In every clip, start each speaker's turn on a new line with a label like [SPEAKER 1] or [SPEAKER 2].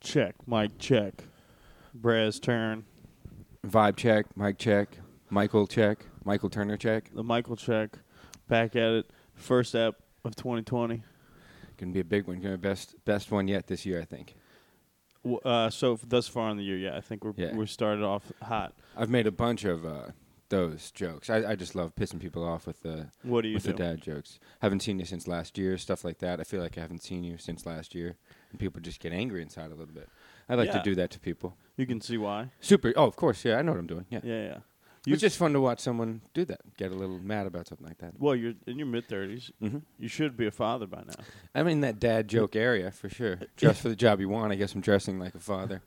[SPEAKER 1] Check. Mike, check. Brez, turn.
[SPEAKER 2] Vibe check, Mike check, Michael check, Michael Turner check.
[SPEAKER 1] The Michael check. Back at it. First app of 2020.
[SPEAKER 2] Gonna be a big one. Gonna be best best one yet this year, I think.
[SPEAKER 1] W- Uh, so f- thus far in the year, yeah, I think we're
[SPEAKER 2] Yeah.
[SPEAKER 1] we started off hot.
[SPEAKER 2] I've made a bunch of uh, those jokes. I, I just love pissing people off with the
[SPEAKER 1] What do you
[SPEAKER 2] with
[SPEAKER 1] do?
[SPEAKER 2] the dad jokes. Haven't seen you since last year, stuff like that. I feel like I haven't seen you since last year, and people just get angry inside a little bit. I like
[SPEAKER 1] Yeah.
[SPEAKER 2] to do that to people.
[SPEAKER 1] You can see why.
[SPEAKER 2] Super. Oh, of course. Yeah, I know what I'm doing. Yeah.
[SPEAKER 1] Yeah, yeah. You
[SPEAKER 2] It's just fun to watch someone do that. Get a little mad about something like that.
[SPEAKER 1] well, you're in your mid 30s.
[SPEAKER 2] Mm-hmm.
[SPEAKER 1] You should be a father by now.
[SPEAKER 2] I'm in that dad joke area for sure. Dress for the job you want. I guess I'm dressing like a father.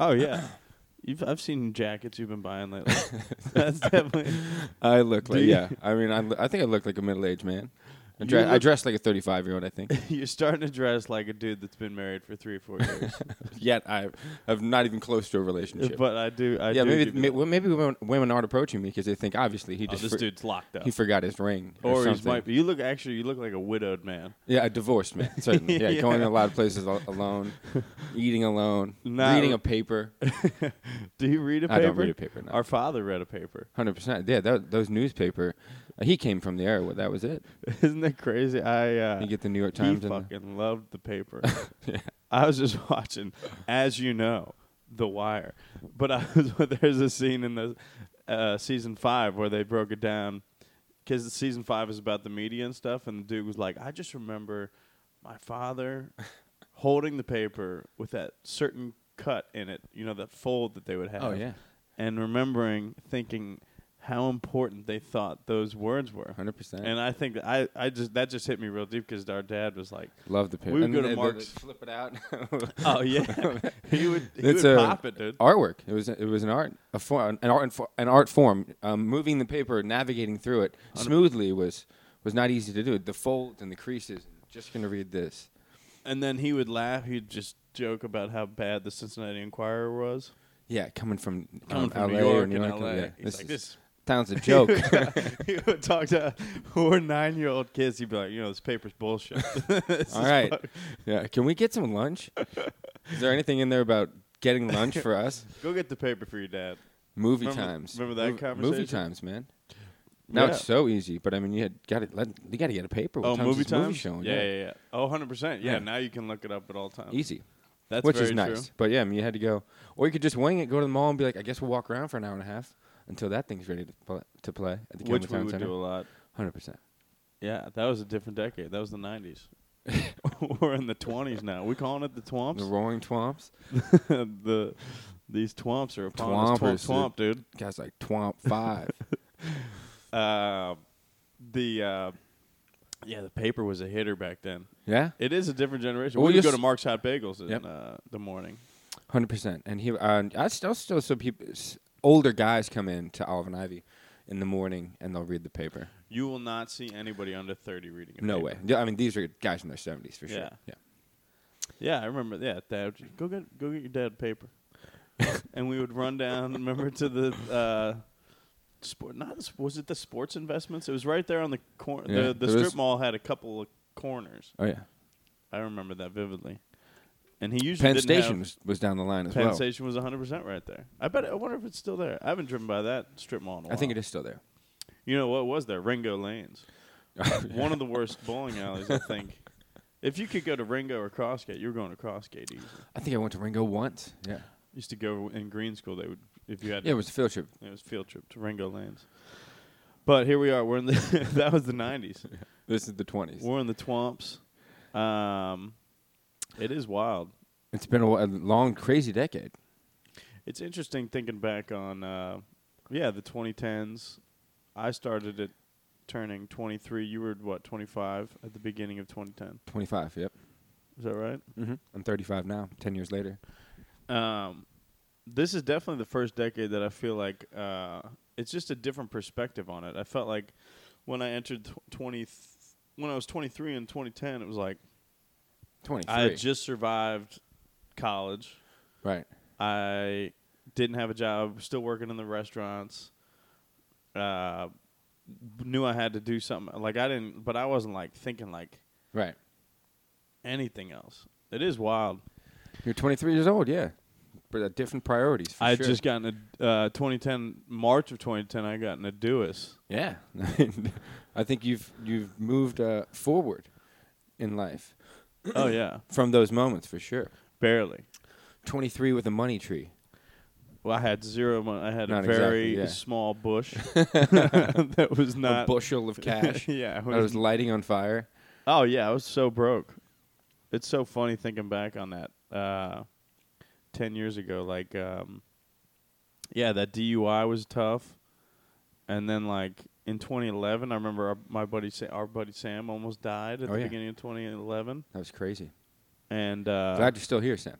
[SPEAKER 1] Oh yeah. You've I've seen jackets you've been buying lately. That's definitely
[SPEAKER 2] I look like
[SPEAKER 1] Do you?
[SPEAKER 2] yeah. I mean, I, lo- I think I look like a middle aged man. I,
[SPEAKER 1] You
[SPEAKER 2] dre- I
[SPEAKER 1] look-
[SPEAKER 2] dress like a 35 year old. I think.
[SPEAKER 1] you're starting to dress like a dude that's been married for three or four years.
[SPEAKER 2] Yet I, I'm not even close to a relationship.
[SPEAKER 1] but I do. I
[SPEAKER 2] yeah,
[SPEAKER 1] do
[SPEAKER 2] maybe
[SPEAKER 1] give you
[SPEAKER 2] ma-
[SPEAKER 1] that.
[SPEAKER 2] well, maybe women, women aren't approaching me because they think obviously he
[SPEAKER 1] Oh,
[SPEAKER 2] just
[SPEAKER 1] this
[SPEAKER 2] for-
[SPEAKER 1] dude's locked up.
[SPEAKER 2] he forgot his ring or,
[SPEAKER 1] or he's
[SPEAKER 2] something.
[SPEAKER 1] might be. You look actually. You look like a widowed man.
[SPEAKER 2] Yeah, a divorced man certainly. Yeah,
[SPEAKER 1] Yeah.
[SPEAKER 2] going to a lot of places al- alone, eating alone,
[SPEAKER 1] Not-
[SPEAKER 2] reading a paper.
[SPEAKER 1] Do you read a
[SPEAKER 2] I
[SPEAKER 1] paper?
[SPEAKER 2] don't read a paper, no.
[SPEAKER 1] Our father read a paper.
[SPEAKER 2] Hundred percent. Yeah, that, those newspaper. Uh, he came from the era. where That was it.
[SPEAKER 1] Isn't that crazy? I uh,
[SPEAKER 2] You get the New York
[SPEAKER 1] he
[SPEAKER 2] Times. and the-
[SPEAKER 1] fucking loved the paper.
[SPEAKER 2] Yeah.
[SPEAKER 1] I was just watching, as you know, The Wire. But I was there's a scene in the uh, season five where they broke it down because season five is about the media and stuff, and the dude was like, I just remember my father holding the paper with that certain cut in it, you know, that fold that they would have.
[SPEAKER 2] Oh yeah,
[SPEAKER 1] and remembering thinking how important they thought those words were.
[SPEAKER 2] hundred percent.
[SPEAKER 1] And I think that I, I just that just hit me real deep because our dad was like,
[SPEAKER 2] Love the paper.
[SPEAKER 1] we would
[SPEAKER 2] And
[SPEAKER 1] go to
[SPEAKER 2] they- they
[SPEAKER 1] Mark's-
[SPEAKER 2] Flip it out.
[SPEAKER 1] "Oh yeah, he would he
[SPEAKER 2] It's
[SPEAKER 1] would
[SPEAKER 2] a-
[SPEAKER 1] pop it, dude."
[SPEAKER 2] Artwork. It was it was an art a form an art fo- an art form. Um, moving the paper, navigating through it smoothly was was not easy to do. The folds and the creases. Just gonna read this.
[SPEAKER 1] And then he would laugh. He'd just joke about how bad the Cincinnati Enquirer was
[SPEAKER 2] Yeah, coming from,
[SPEAKER 1] coming
[SPEAKER 2] um,
[SPEAKER 1] from
[SPEAKER 2] LA
[SPEAKER 1] New York
[SPEAKER 2] or New
[SPEAKER 1] and
[SPEAKER 2] York.
[SPEAKER 1] LA.
[SPEAKER 2] yeah,
[SPEAKER 1] He's
[SPEAKER 2] this
[SPEAKER 1] like
[SPEAKER 2] is-
[SPEAKER 1] this.
[SPEAKER 2] sounds a joke.
[SPEAKER 1] he would talk to poor nine year old kids. He'd be like, "You know, this paper's bullshit." This
[SPEAKER 2] All
[SPEAKER 1] is
[SPEAKER 2] right.
[SPEAKER 1] fuck-
[SPEAKER 2] Yeah. Can we get some lunch? Is there anything in there about getting lunch for us?
[SPEAKER 1] go get the paper for your dad.
[SPEAKER 2] Movie
[SPEAKER 1] Remember-
[SPEAKER 2] times.
[SPEAKER 1] remember that
[SPEAKER 2] Mov- Movie
[SPEAKER 1] conversation?
[SPEAKER 2] times, man. Now
[SPEAKER 1] Yeah.
[SPEAKER 2] it's so easy, but I mean, you had got to let you got to get a paper. What
[SPEAKER 1] Oh,
[SPEAKER 2] time's
[SPEAKER 1] movie
[SPEAKER 2] this movie
[SPEAKER 1] times.
[SPEAKER 2] showing?
[SPEAKER 1] yeah, yeah, yeah. Oh, 100 percent. Yeah,
[SPEAKER 2] Yeah.
[SPEAKER 1] now you can look it up at all times.
[SPEAKER 2] Easy,
[SPEAKER 1] That's
[SPEAKER 2] which
[SPEAKER 1] very
[SPEAKER 2] is nice.
[SPEAKER 1] True.
[SPEAKER 2] But yeah, I mean, you had to go, or you could just wing it, go to the mall, and be like, I guess we'll walk around for an hour and a half until that thing's ready to play, to play at the
[SPEAKER 1] Which we
[SPEAKER 2] Campbelltown
[SPEAKER 1] would
[SPEAKER 2] Center.
[SPEAKER 1] do a lot.
[SPEAKER 2] Hundred percent.
[SPEAKER 1] Yeah, that was a different decade. That was the 90s. We're in the 20s now. We calling it the
[SPEAKER 2] The
[SPEAKER 1] twomps.
[SPEAKER 2] roaring twomps,
[SPEAKER 1] the these twomps are upon us.
[SPEAKER 2] Twompers,
[SPEAKER 1] Twomp, twomp, dude.
[SPEAKER 2] guys like twomp five.
[SPEAKER 1] Uh, the uh, yeah, the paper was a hitter back then.
[SPEAKER 2] yeah,
[SPEAKER 1] It is a different generation.
[SPEAKER 2] Well,
[SPEAKER 1] we would
[SPEAKER 2] you're
[SPEAKER 1] go to
[SPEAKER 2] s-
[SPEAKER 1] Mark's Hot Bagels in
[SPEAKER 2] Yep.
[SPEAKER 1] uh, the morning.
[SPEAKER 2] Hundred percent. And he, uh, I still, still, some people, s- older guys come in to Olive and Ivy in the morning, and they'll read the paper.
[SPEAKER 1] You will not see anybody under 30 reading. A
[SPEAKER 2] No
[SPEAKER 1] paper.
[SPEAKER 2] way. Yeah, I mean, these are guys in their seventies for sure.
[SPEAKER 1] Yeah.
[SPEAKER 2] yeah.
[SPEAKER 1] Yeah, I remember. Yeah, dad, go get go get your dad paper, and we would run down. Remember to the uh, sport? Not the sp- was it the sports investments? It was right there on the corner.
[SPEAKER 2] Yeah,
[SPEAKER 1] the the
[SPEAKER 2] there
[SPEAKER 1] strip
[SPEAKER 2] was-
[SPEAKER 1] mall had a couple of corners.
[SPEAKER 2] Oh yeah.
[SPEAKER 1] I remember that vividly. And he usually
[SPEAKER 2] Penn
[SPEAKER 1] didn't
[SPEAKER 2] Station
[SPEAKER 1] have-
[SPEAKER 2] was, was down the line as
[SPEAKER 1] Penn
[SPEAKER 2] well.
[SPEAKER 1] Station was 100 percent right there. I bet. I wonder if it's still there. I haven't driven by that strip mall. In a
[SPEAKER 2] I think
[SPEAKER 1] while.
[SPEAKER 2] it is still there.
[SPEAKER 1] You know what was there? Ringo Lanes, one of the worst bowling alleys. I think. If you could go to Ringo or Crossgate, you were going to Crossgate easily.
[SPEAKER 2] I think I went to Ringo once. Yeah.
[SPEAKER 1] used to go in green school. They would, if you had,
[SPEAKER 2] Yeah, it was a field trip.
[SPEAKER 1] it was field trip to Ringo Lands. But here we are. We're in the that was the '90s.
[SPEAKER 2] This is the twenties.
[SPEAKER 1] We're in the twomps. Um, it is wild.
[SPEAKER 2] It's been a, wh- a long, crazy decade.
[SPEAKER 1] It's interesting thinking back on, uh, yeah, the 2010s. I started at turning 23. You were what 25 at the beginning of 2010.
[SPEAKER 2] Twenty five. Yep.
[SPEAKER 1] Is that right?
[SPEAKER 2] Mm-hmm. I'm thirty five now. Ten years later.
[SPEAKER 1] um, this is definitely the first decade that I feel like uh, it's just a different perspective on it. I felt like when I entered tw- twenty, th- when I was twenty three in twenty ten, it was like
[SPEAKER 2] Twenty
[SPEAKER 1] I
[SPEAKER 2] three.
[SPEAKER 1] had just survived college.
[SPEAKER 2] right.
[SPEAKER 1] I didn't have a job, still working in the restaurants. Uh, knew I had to do something. Like I didn't, but I wasn't like thinking like
[SPEAKER 2] Right.
[SPEAKER 1] anything else. It is wild.
[SPEAKER 2] You're 23 years old, yeah, but uh, different priorities. For
[SPEAKER 1] I
[SPEAKER 2] sure.
[SPEAKER 1] just gotten a uh, 2010 March of 2010. I got an Aduis.
[SPEAKER 2] yeah. I think you've you've moved uh, forward in life
[SPEAKER 1] oh yeah,
[SPEAKER 2] from those moments for sure.
[SPEAKER 1] barely.
[SPEAKER 2] 23 with a money tree.
[SPEAKER 1] Well, I had zero money. I had
[SPEAKER 2] Not
[SPEAKER 1] a very
[SPEAKER 2] exactly, yeah.
[SPEAKER 1] small bush that was
[SPEAKER 2] a
[SPEAKER 1] not.
[SPEAKER 2] bushel of cash.
[SPEAKER 1] yeah. it
[SPEAKER 2] I was
[SPEAKER 1] was-
[SPEAKER 2] lighting on fire.
[SPEAKER 1] oh yeah, I was so broke. It's so funny thinking back on that. Uh, Ten years ago, like, um, yeah, that DUI was tough, and then like in 2011, I remember our, my buddy Sa- our buddy Sam almost died at
[SPEAKER 2] Oh,
[SPEAKER 1] the
[SPEAKER 2] yeah.
[SPEAKER 1] beginning of 2011,
[SPEAKER 2] That was crazy.
[SPEAKER 1] and uh,
[SPEAKER 2] Glad you're still here, Sam.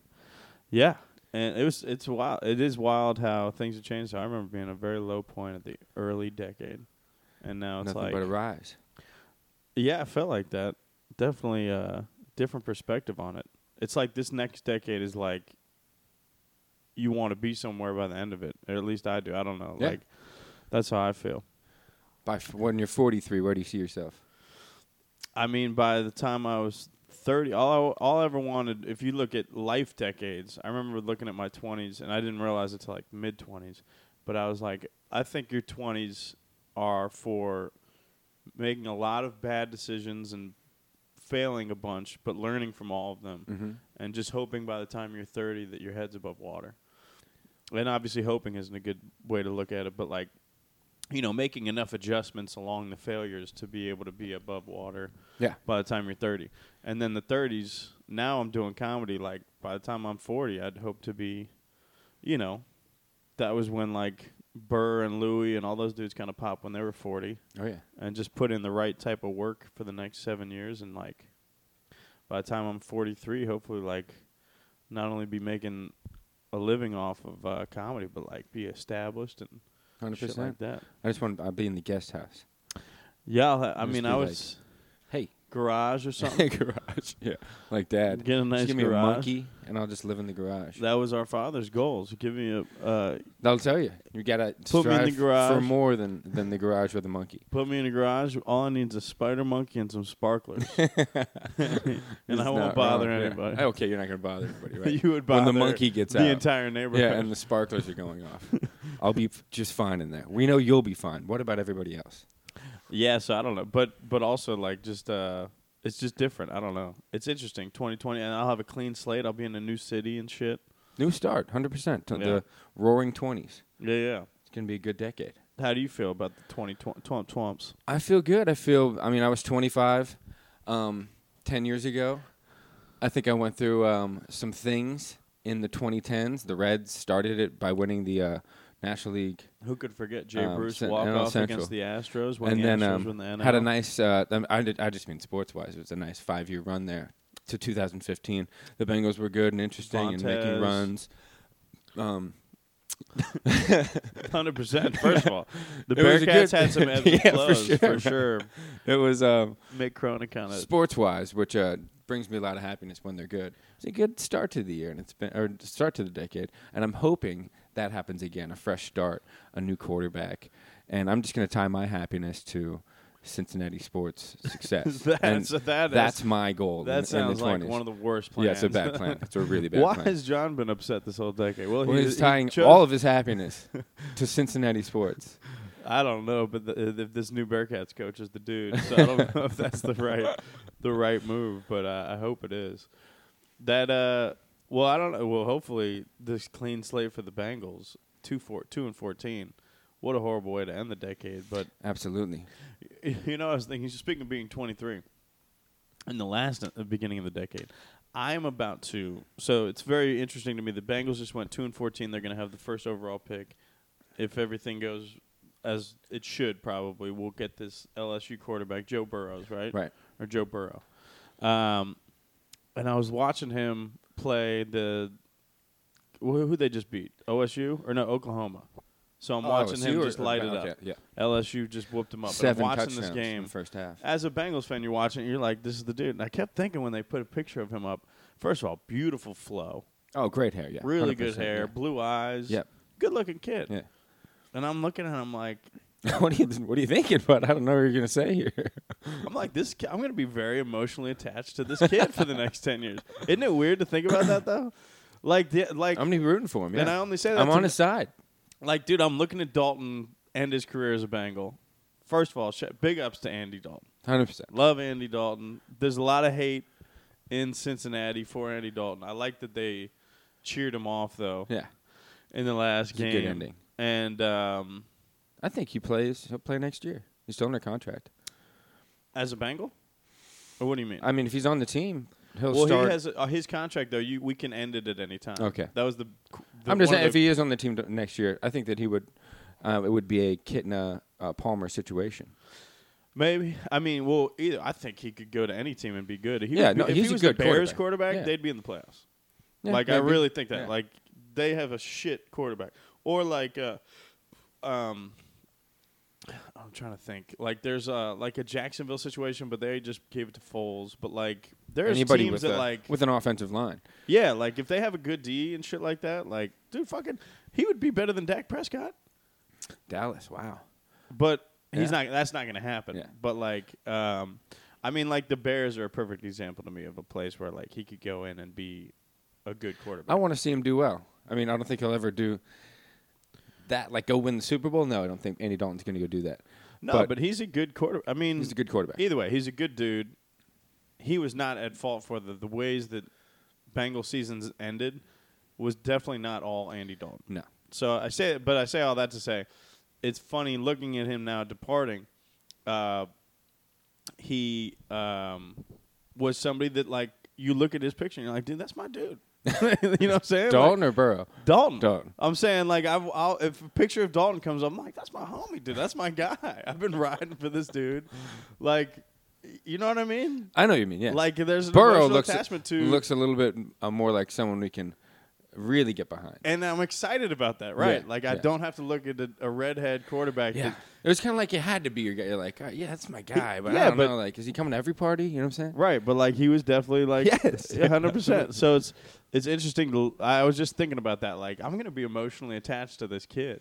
[SPEAKER 1] Yeah, and it was it's wild. It is wild how things have changed. I remember being a very low point at the early decade, and now it's
[SPEAKER 2] Nothing
[SPEAKER 1] like
[SPEAKER 2] but a rise.
[SPEAKER 1] yeah, it felt like that. Definitely a different perspective on it. It's like this next decade is like you want to be somewhere by the end of it, or at least I do. I don't know.
[SPEAKER 2] Yeah.
[SPEAKER 1] Like that's how I feel.
[SPEAKER 2] By f- when you're 43, where do you see yourself?
[SPEAKER 1] I mean, by the time I was 30, all I, all I ever wanted, if you look at life decades, I remember looking at my 20s, and I didn't realize it till like mid 20s, but I was like, I think your 20s are for making a lot of bad decisions and failing a bunch, but learning from all of them,
[SPEAKER 2] Mm-hmm.
[SPEAKER 1] and just hoping by the time you're 30 that your head's above water. And obviously, hoping isn't a good way to look at it, but like, you know, making enough adjustments along the failures to be able to be above water
[SPEAKER 2] Yeah.
[SPEAKER 1] by the time you're 30. And then the 30s, now I'm doing comedy. Like, by the time I'm 40, I'd hope to be, you know, that was when, like, Burr and Louis and all those dudes kind of popped when they were 40
[SPEAKER 2] Oh, yeah.
[SPEAKER 1] and just put in the right type of work for the next seven years. And, like, by the time I'm 43, hopefully, like, not only be making a living off of uh, comedy, but, like, be established and
[SPEAKER 2] 100%.
[SPEAKER 1] shit like that.
[SPEAKER 2] I just want to be in the guest house.
[SPEAKER 1] Yeah, I'll ha- I
[SPEAKER 2] Just
[SPEAKER 1] mean,
[SPEAKER 2] be
[SPEAKER 1] I
[SPEAKER 2] like-
[SPEAKER 1] was
[SPEAKER 2] Hey.
[SPEAKER 1] garage or something.
[SPEAKER 2] garage. Yeah. Like dad.
[SPEAKER 1] Get a nice
[SPEAKER 2] just give me
[SPEAKER 1] garage.
[SPEAKER 2] a monkey and I'll just live in the garage.
[SPEAKER 1] That was our father's goals. Give me a uh,
[SPEAKER 2] That'll tell you. You got to
[SPEAKER 1] Put me in the
[SPEAKER 2] for
[SPEAKER 1] garage.
[SPEAKER 2] more than, than the garage with a monkey.
[SPEAKER 1] put me in a garage. All I need is a spider monkey and some sparklers, and
[SPEAKER 2] It's
[SPEAKER 1] I won't
[SPEAKER 2] not
[SPEAKER 1] bother
[SPEAKER 2] wrong, yeah. Oh,
[SPEAKER 1] anybody.
[SPEAKER 2] Okay, you're not going to bother anybody, right?
[SPEAKER 1] you would
[SPEAKER 2] when
[SPEAKER 1] bother
[SPEAKER 2] the monkey gets
[SPEAKER 1] the
[SPEAKER 2] out.
[SPEAKER 1] entire neighborhood.
[SPEAKER 2] yeah, and the sparklers are going off. I'll be f- just fine in there. We know you'll be fine. What about everybody else?
[SPEAKER 1] Yeah, so I don't know, but but also like just uh, it's just different. I don't know. It's interesting. Twenty twenty, and I'll have a clean slate. I'll be in a new city and shit.
[SPEAKER 2] New start, 100%. T-
[SPEAKER 1] Yeah.
[SPEAKER 2] The roaring 20s. It's
[SPEAKER 1] Yeah, yeah.
[SPEAKER 2] going to be a good decade.
[SPEAKER 1] How do you feel about the twenty twomp twomps?
[SPEAKER 2] I feel good. I feel. I mean, I was 25, um, 10 years ago. I think I went through um, some things in the 2010s. The Reds started it by winning the uh, National League,
[SPEAKER 1] Who could forget Jay
[SPEAKER 2] Um,
[SPEAKER 1] Bruce
[SPEAKER 2] Cent-
[SPEAKER 1] walk
[SPEAKER 2] NL
[SPEAKER 1] off
[SPEAKER 2] Central.
[SPEAKER 1] against the Astros when
[SPEAKER 2] and
[SPEAKER 1] the
[SPEAKER 2] then
[SPEAKER 1] Astros
[SPEAKER 2] um,
[SPEAKER 1] were in the NL?
[SPEAKER 2] had a nice. Uh, um, I, did, I just mean sports-wise, it was a nice five-year run there to 2015. The Bengals were good and interesting and making
[SPEAKER 1] Vontaze.
[SPEAKER 2] runs. Um,
[SPEAKER 1] hundred percent. First of all, the
[SPEAKER 2] It was a
[SPEAKER 1] Bearcats
[SPEAKER 2] good-
[SPEAKER 1] had some ebbs and
[SPEAKER 2] Yeah, for
[SPEAKER 1] flows
[SPEAKER 2] sure.
[SPEAKER 1] for sure.
[SPEAKER 2] it was um,
[SPEAKER 1] Mick Cronin kind of
[SPEAKER 2] sports-wise, which uh, brings me a lot of happiness when they're good. It's a good start to the year, and it's been or start to the decade, and I'm hoping that happens again. A fresh start, a new quarterback, and I'm just going to tie my happiness to Cincinnati sports success.
[SPEAKER 1] That's-
[SPEAKER 2] And
[SPEAKER 1] that is-
[SPEAKER 2] that's my goal. in- in
[SPEAKER 1] that
[SPEAKER 2] the
[SPEAKER 1] sounds like
[SPEAKER 2] 20s.
[SPEAKER 1] one of the worst plans.
[SPEAKER 2] Yeah, it's a bad plan. It's a really bad
[SPEAKER 1] Why
[SPEAKER 2] plan.
[SPEAKER 1] has John been upset this whole decade? Well,
[SPEAKER 2] well,
[SPEAKER 1] he-
[SPEAKER 2] he's
[SPEAKER 1] he
[SPEAKER 2] tying
[SPEAKER 1] chose-
[SPEAKER 2] all of his happiness to Cincinnati sports.
[SPEAKER 1] I don't know, but the, uh, if this new Bearcats coach is the dude, so I don't know if that's the right the right move. But uh, I hope it is. That uh, well, I don't know. Well, hopefully this clean slate for the Bengals, two four two and fourteen. What a horrible way to end the decade, but
[SPEAKER 2] Absolutely.
[SPEAKER 1] You know, I was thinking. Speaking of being 23, in the last the beginning of the decade, I am about to. So it's very interesting to me. The Bengals just went two and 14. They're going to have the first overall pick. If everything goes as it should, probably we'll get this LSU quarterback, Joe Burrows, right?
[SPEAKER 2] Right.
[SPEAKER 1] Or Joe Burrow. Um, and I was watching him play the. Who who they just beat? OSU or no Oklahoma? So I'm
[SPEAKER 2] Oh,
[SPEAKER 1] watching
[SPEAKER 2] so
[SPEAKER 1] him
[SPEAKER 2] you
[SPEAKER 1] just
[SPEAKER 2] were-
[SPEAKER 1] light it
[SPEAKER 2] okay,
[SPEAKER 1] up.
[SPEAKER 2] yeah.
[SPEAKER 1] LSU just whooped him up. And
[SPEAKER 2] Seven
[SPEAKER 1] I'm watching
[SPEAKER 2] touchdowns
[SPEAKER 1] this
[SPEAKER 2] in
[SPEAKER 1] game.
[SPEAKER 2] the first half.
[SPEAKER 1] As a Bengals fan, you're watching. it, You're like, "This is the dude." And I kept thinking when they put a picture of him up. First of all, beautiful flow,
[SPEAKER 2] Oh, great hair. Yeah.
[SPEAKER 1] really good
[SPEAKER 2] 100%,
[SPEAKER 1] hair, blue eyes,
[SPEAKER 2] Yep.
[SPEAKER 1] good looking kid.
[SPEAKER 2] Yeah.
[SPEAKER 1] And I'm looking at him like,
[SPEAKER 2] yeah. what, are you, what are you thinking? But I don't know what you're going to say here.
[SPEAKER 1] I'm like this. Ki- I'm gonna be very emotionally attached to this kid for the next ten years. Isn't it weird to think about that though? Like, the, like,
[SPEAKER 2] I'm rooting for him. Yeah.
[SPEAKER 1] And I only say that
[SPEAKER 2] I'm
[SPEAKER 1] to
[SPEAKER 2] on
[SPEAKER 1] ma-
[SPEAKER 2] his side.
[SPEAKER 1] like, dude, I'm looking at Dalton end his career as a Bengal. First of all, sh- big ups to Andy Dalton.
[SPEAKER 2] Hundred percent.
[SPEAKER 1] Love Andy Dalton. There's a lot of hate in Cincinnati for Andy Dalton. I like that they cheered him off though
[SPEAKER 2] Yeah.
[SPEAKER 1] in the last
[SPEAKER 2] It's a
[SPEAKER 1] game.
[SPEAKER 2] good ending.
[SPEAKER 1] And um,
[SPEAKER 2] I think he plays. He'll play next year. He's still under contract.
[SPEAKER 1] as a Bengal, or what do you mean?
[SPEAKER 2] I mean, if he's on the team, he'll
[SPEAKER 1] well,
[SPEAKER 2] start.
[SPEAKER 1] he has uh, his contract though. You we can end it at any time.
[SPEAKER 2] Okay.
[SPEAKER 1] that was the. the
[SPEAKER 2] I'm just
[SPEAKER 1] one of
[SPEAKER 2] saying, if
[SPEAKER 1] the-
[SPEAKER 2] he is on the team t- next year, I think that he would. Um, it would be a Kitna uh, Palmer situation.
[SPEAKER 1] maybe I mean well either I think he could go to any team and be good. He
[SPEAKER 2] Yeah,
[SPEAKER 1] would be-
[SPEAKER 2] no,
[SPEAKER 1] if
[SPEAKER 2] he's
[SPEAKER 1] he
[SPEAKER 2] a
[SPEAKER 1] was
[SPEAKER 2] good
[SPEAKER 1] the Bears
[SPEAKER 2] quarterback.
[SPEAKER 1] quarterback,
[SPEAKER 2] Yeah.
[SPEAKER 1] they'd be in the playoffs.
[SPEAKER 2] Yeah,
[SPEAKER 1] like I
[SPEAKER 2] maybe.
[SPEAKER 1] really think that
[SPEAKER 2] Yeah.
[SPEAKER 1] like they have a shit quarterback or like uh um I'm trying to think like there's uh like a Jacksonville situation but they just gave it to Foles but like there's
[SPEAKER 2] anybody
[SPEAKER 1] teams
[SPEAKER 2] with
[SPEAKER 1] that
[SPEAKER 2] a-
[SPEAKER 1] like
[SPEAKER 2] with an offensive line.
[SPEAKER 1] yeah like if they have a good D and shit like that like dude fucking he would be better than Dak Prescott
[SPEAKER 2] Dallas. Wow.
[SPEAKER 1] but he's
[SPEAKER 2] Yeah.
[SPEAKER 1] not that's not going to happen
[SPEAKER 2] Yeah.
[SPEAKER 1] but like um I mean like the Bears are a perfect example to me of a place where like he could go in and be a good quarterback
[SPEAKER 2] I want to see him do well. I mean, I don't think he'll ever do that. Like go win the Super Bowl. No, I don't think Andy Dalton's going to go do that.
[SPEAKER 1] No,
[SPEAKER 2] But-
[SPEAKER 1] but, he's a good quarter. I mean,
[SPEAKER 2] He's a good quarterback.
[SPEAKER 1] Either way, he's a good dude. He was not at fault for the the ways that Bengal seasons ended was definitely not all Andy Dalton.
[SPEAKER 2] No.
[SPEAKER 1] So I say, but I say all that to say, it's funny looking at him now departing. Uh, he um, was somebody that like you look at his picture and you're like, dude, that's my dude. you know what I'm saying?
[SPEAKER 2] Dalton or Burrow?
[SPEAKER 1] Like, Dalton.
[SPEAKER 2] Dalton.
[SPEAKER 1] I'm saying like I've, I'll, if a picture of Dalton comes up, I'm like, that's my homie, dude. That's my guy. I've been riding for this dude. Like, you know what I mean?
[SPEAKER 2] I know what you mean. Yeah.
[SPEAKER 1] Like, there's an
[SPEAKER 2] Burrow
[SPEAKER 1] emotional
[SPEAKER 2] looks
[SPEAKER 1] attachment to,
[SPEAKER 2] looks a little bit uh, more like someone we can really get behind.
[SPEAKER 1] and I'm excited about that, right?
[SPEAKER 2] Yeah,
[SPEAKER 1] like, I
[SPEAKER 2] yeah.
[SPEAKER 1] don't have to look at a, a redhead quarterback.
[SPEAKER 2] Yeah.
[SPEAKER 1] that-
[SPEAKER 2] It was kind of like it had to be your guy. You're like, "Oh, yeah, that's my guy, but I
[SPEAKER 1] yeah,
[SPEAKER 2] don't
[SPEAKER 1] but-
[SPEAKER 2] know. Like, is he coming to every party? You know what I'm saying?
[SPEAKER 1] right? But like, he was definitely like,
[SPEAKER 2] Yes.
[SPEAKER 1] hundred percent. So it's it's interesting. To, I was just thinking about that. Like, I'm gonna be emotionally attached to this kid.